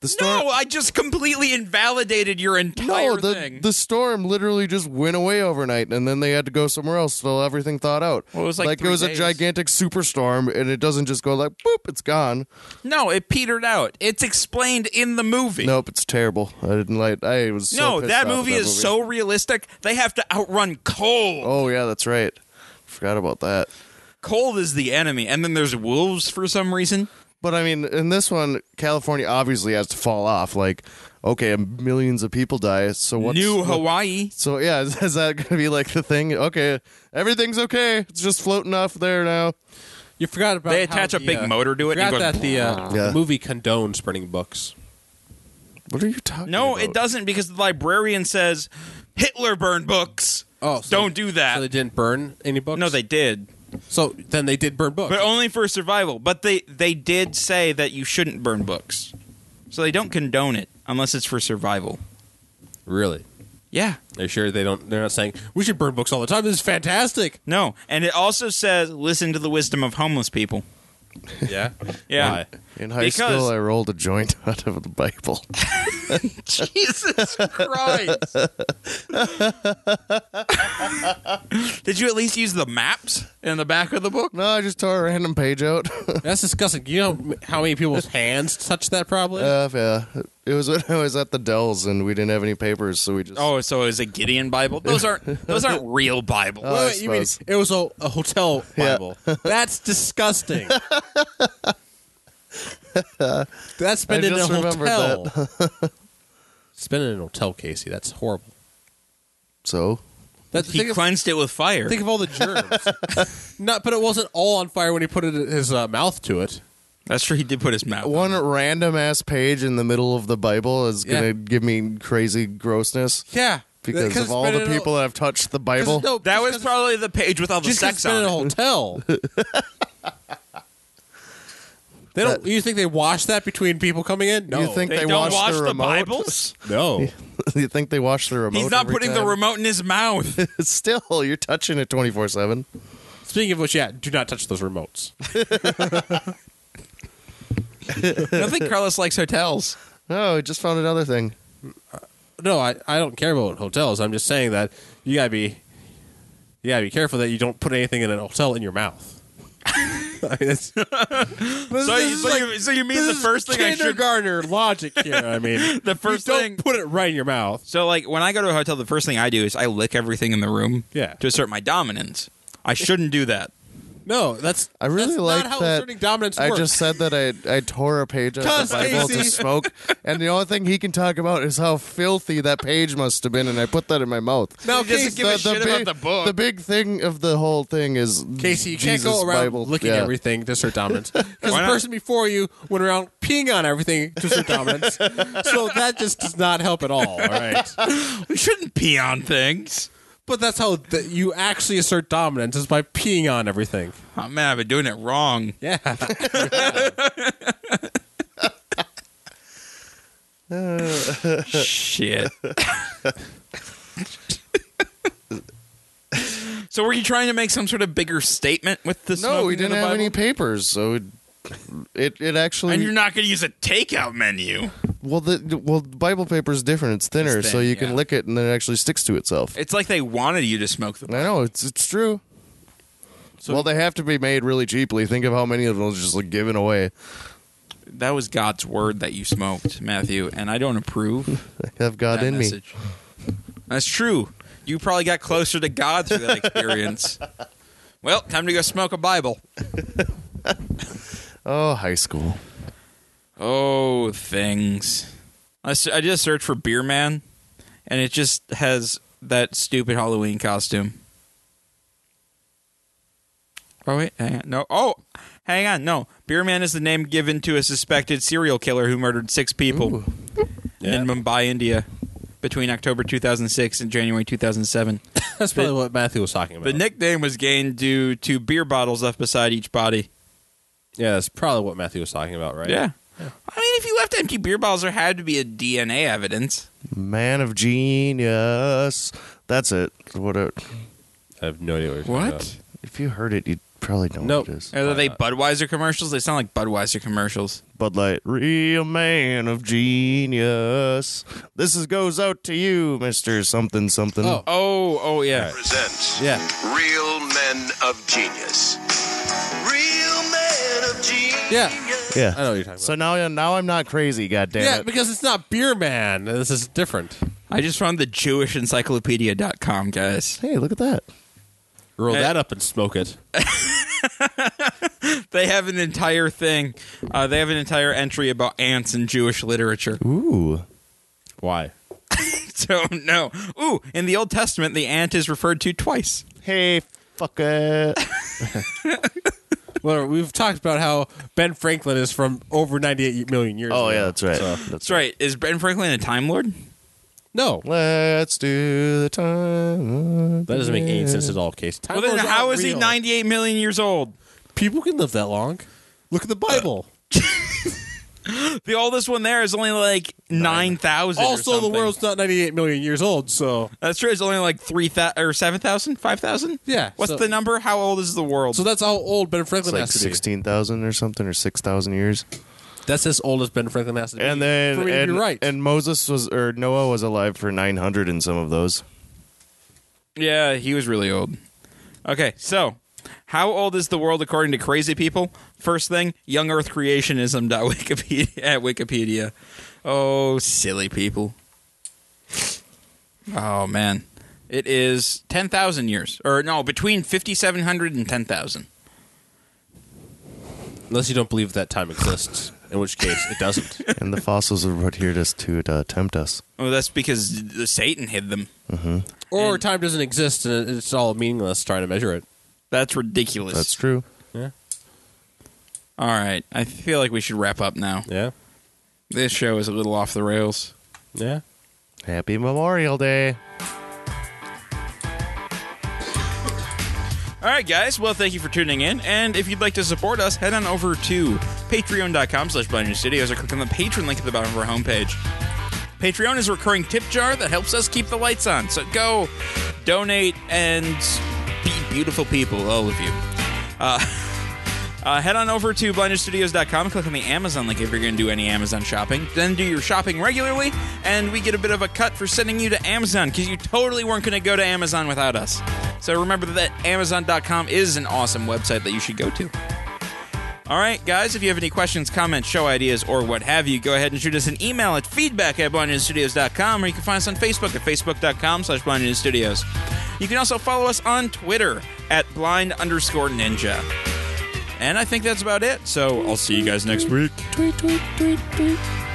The storm. No, I just completely invalidated your entire No, the thing. the storm literally just went away overnight, and then they had to go somewhere else till everything thawed out. Well, it was like it three was a days. gigantic superstorm, and it doesn't just go like boop, it's gone. no, it petered out. It's explained in the movie. Nope, it's terrible. I didn't like. I was so No, pissed that off at movie that is so realistic. They have to outrun coal. Oh yeah, that's right. Forgot about that. Coal is the enemy, and then there's wolves for some reason. But I mean, in this one, California obviously has to fall off. Like, okay, millions of people die. So what's New what- Hawaii. So yeah, is, is that going to be like the thing? Okay, everything's okay. It's just floating off there now. You forgot about They how attach a the, big uh, motor to it and Forgot it goes that the, uh, Yeah. the movie condones burning books. What are you talking? No, about? it doesn't because the librarian says Hitler burned books. Oh, so- don't do that. So they didn't burn any books. no, they did, So then they did burn books. but only for survival. But they they did say that you shouldn't burn books, so they don't condone it unless it's for survival. really? Yeah, Are you sure they don't? They're not saying we should burn books all the time. This is fantastic. no, and it also says listen to the wisdom of homeless people. Yeah. Yeah. Why? In high Because- school, I rolled a joint out of the Bible. Jesus Christ! did you at least use the maps in the back of the book? No, I just tore a random page out. That's disgusting. You know how many people's hands touch that probably? uh, yeah, it was when I was at the Dells and we didn't have any papers, so we just. Oh, so it was a Gideon Bible? Those aren't those aren't real Bibles. Wait, I wait, you mean suppose. it was a, a hotel Yeah. Bible? That's disgusting. That's been I in a just remembered hotel. it's been in a hotel, Casey. That's horrible. So That's he think, of, cleansed it with fire. think of all the germs. Not, but it wasn't all on fire when he put it, his uh, mouth to it. That's true. He did put his mouth. one random ass page in the middle of the Bible is gonna Yeah. give me crazy grossness Yeah, because of all the people that have touched the Bible. No, that just was 'cause- probably the page with all the just 'cause sex it's been on in it. a hotel. they don't. you think they wash that between people coming in? No, You think They they, don't wash wash the the, remote? Bibles. no. you think they wash the remote? He's not every putting the time? remote in his mouth. Still, you're touching it twenty four seven. Speaking of which, yeah, do not touch those remotes. I don't think Carlos likes hotels. Oh, I just found another thing. No, I, I don't care about hotels. I'm just saying that you gotta be you gotta be careful that you don't put anything in a hotel in your mouth. I mean, it's, So, you, so, you, so you mean the first thing I should? kindergartner logic here. I mean, The first you don't thing. put it right in your mouth. So like when I go to a hotel, the first thing I do is I lick everything in the room. Yeah. To assert my dominance, I shouldn't do that. No, that's I really that's like not how that. asserting dominance I works. just said that I I tore a page out of Cuss, the Bible to Casey. smoke, and the only thing he can talk about is how filthy that page must have been, and I put that in my mouth. no, He doesn't Casey, give a shit about big, the book. the big thing of the whole thing is Casey, you Jesus can't go around Bible. licking yeah. everything to assert dominance. Because the not? person before you went around peeing on everything to assert dominance. so that just does not help at all. All right. We shouldn't pee on things. But that's how th- you actually assert dominance is by peeing on everything. Oh man, I've been doing it wrong. Yeah. Shit. so were you trying to make some sort of bigger statement with this? No, we didn't have any papers, so it it, it actually. And you're not going to use a takeout menu. Well, the well Bible paper is different. It's thinner, It's so thin, you can yeah. lick it and then it actually sticks to itself. It's like they wanted you to smoke the. I know it's it's true. well, they have to be made really cheaply. Think of how many of them was just like given away. That was God's word that you smoked, Matthew, and I don't approve I have God that in me. message. That's true. You probably got closer to God through that experience. well, time to go smoke a Bible. Oh, high school. Oh, things. I, s- I just searched for Beer Man, and it just has that stupid Halloween costume. Oh, wait. Hang on. No. Oh, hang on. No. Beer Man is the name given to a suspected serial killer who murdered six people in Mumbai, India, between October 2006 and January 2007. That's probably what Matthew was talking about. The nickname was gained due to beer bottles left beside each body. yeah, that's probably what Matthew was talking about, right? Yeah. I mean, if you left empty beer bottles, there had to be a DNA evidence. Man of genius. That's it. What it, I have no idea what. You're talking about. if you heard it, you'd probably know Nope. what it is. Are they Budweiser commercials? They sound like Budweiser commercials. Bud Light, real man of genius. This is goes out to you, Mister Something Something. Oh. Oh, oh yeah. presents Yeah. Real Men of Genius. Real Men of Genius. Yeah. yeah. I know what you're talking So about. now, now I'm not crazy. God damn yeah, it. because it's not Beer Man. This is different. I just found the JewishEncyclopedia.com, guys. Hey, look at that. Roll Hey. that up and smoke it. They have an entire thing. Uh, they have an entire entry about ants in Jewish literature. Ooh. Why? So no. Ooh, in the Old Testament, the ant is referred to twice. Hey, fuck it. Well, we've talked about how Ben Franklin is from over 98 million years. oh ago. yeah, that's right. That's right. Is Ben Franklin a time lord? No, Let's do the time. that doesn't make any sense at all. Case. Time Well, then lords how aren't is he real. 98 million years old? People can live that long. Look at the Uh, Bible. The oldest one there is only like 9,000. or also, the something. world's not 98 million years old. So That's true. It's only like 3,000 or 7,000, 5,000? Yeah, What's so- the number? How old is the world? so that's how old Ben It's Franklin like has to sixteen thousand or something, or six thousand years. be. That's as old as Ben Franklin has to be. And then, for me to and, be right. and Moses was or Noah was alive for nine hundred in some of those. Yeah, he was really old. Okay, so how old is the world according to crazy people? First thing, young earth creationism dot Wikipedia at Wikipedia. Oh, silly people. Oh man. It is 10,000 years or no, between 5700 and 10,000. Unless you don't believe that time exists, in which case it doesn't. and the fossils are what here just to uh, tempt us. Oh, that's because the Satan hid them. or time doesn't exist, and it's all meaningless trying to measure it. That's ridiculous. That's true. All right. I feel like we should wrap up now. Yeah, This show is a little off the rails. yeah. Happy Memorial Day. All right, guys. Well, thank you for tuning in. And if you'd like to support us, head on over to patreon.com slash Blind Ninja Studios or click on the patron link at the bottom of our homepage. Patreon is a recurring tip jar that helps us keep the lights on. So go donate and be beautiful people, all of you. Uh, head on over to blindnewstudios.com, click on the Amazon link if you're going to do any Amazon shopping. Then do your shopping regularly, and we get a bit of a cut for sending you to Amazon because you totally weren't going to go to Amazon without us. So remember that Amazon.com is an awesome website that you should go to. All right, guys, if you have any questions, comments, show ideas, or what have you, go ahead and shoot us an email at feedback at blindnewstudios.com, or you can find us on Facebook at facebook.com slash blindnewstudios. You can also follow us on Twitter at blind underscore ninja. And I think that's about it. So I'll see you guys next week. Tweet, tweet, tweet, tweet.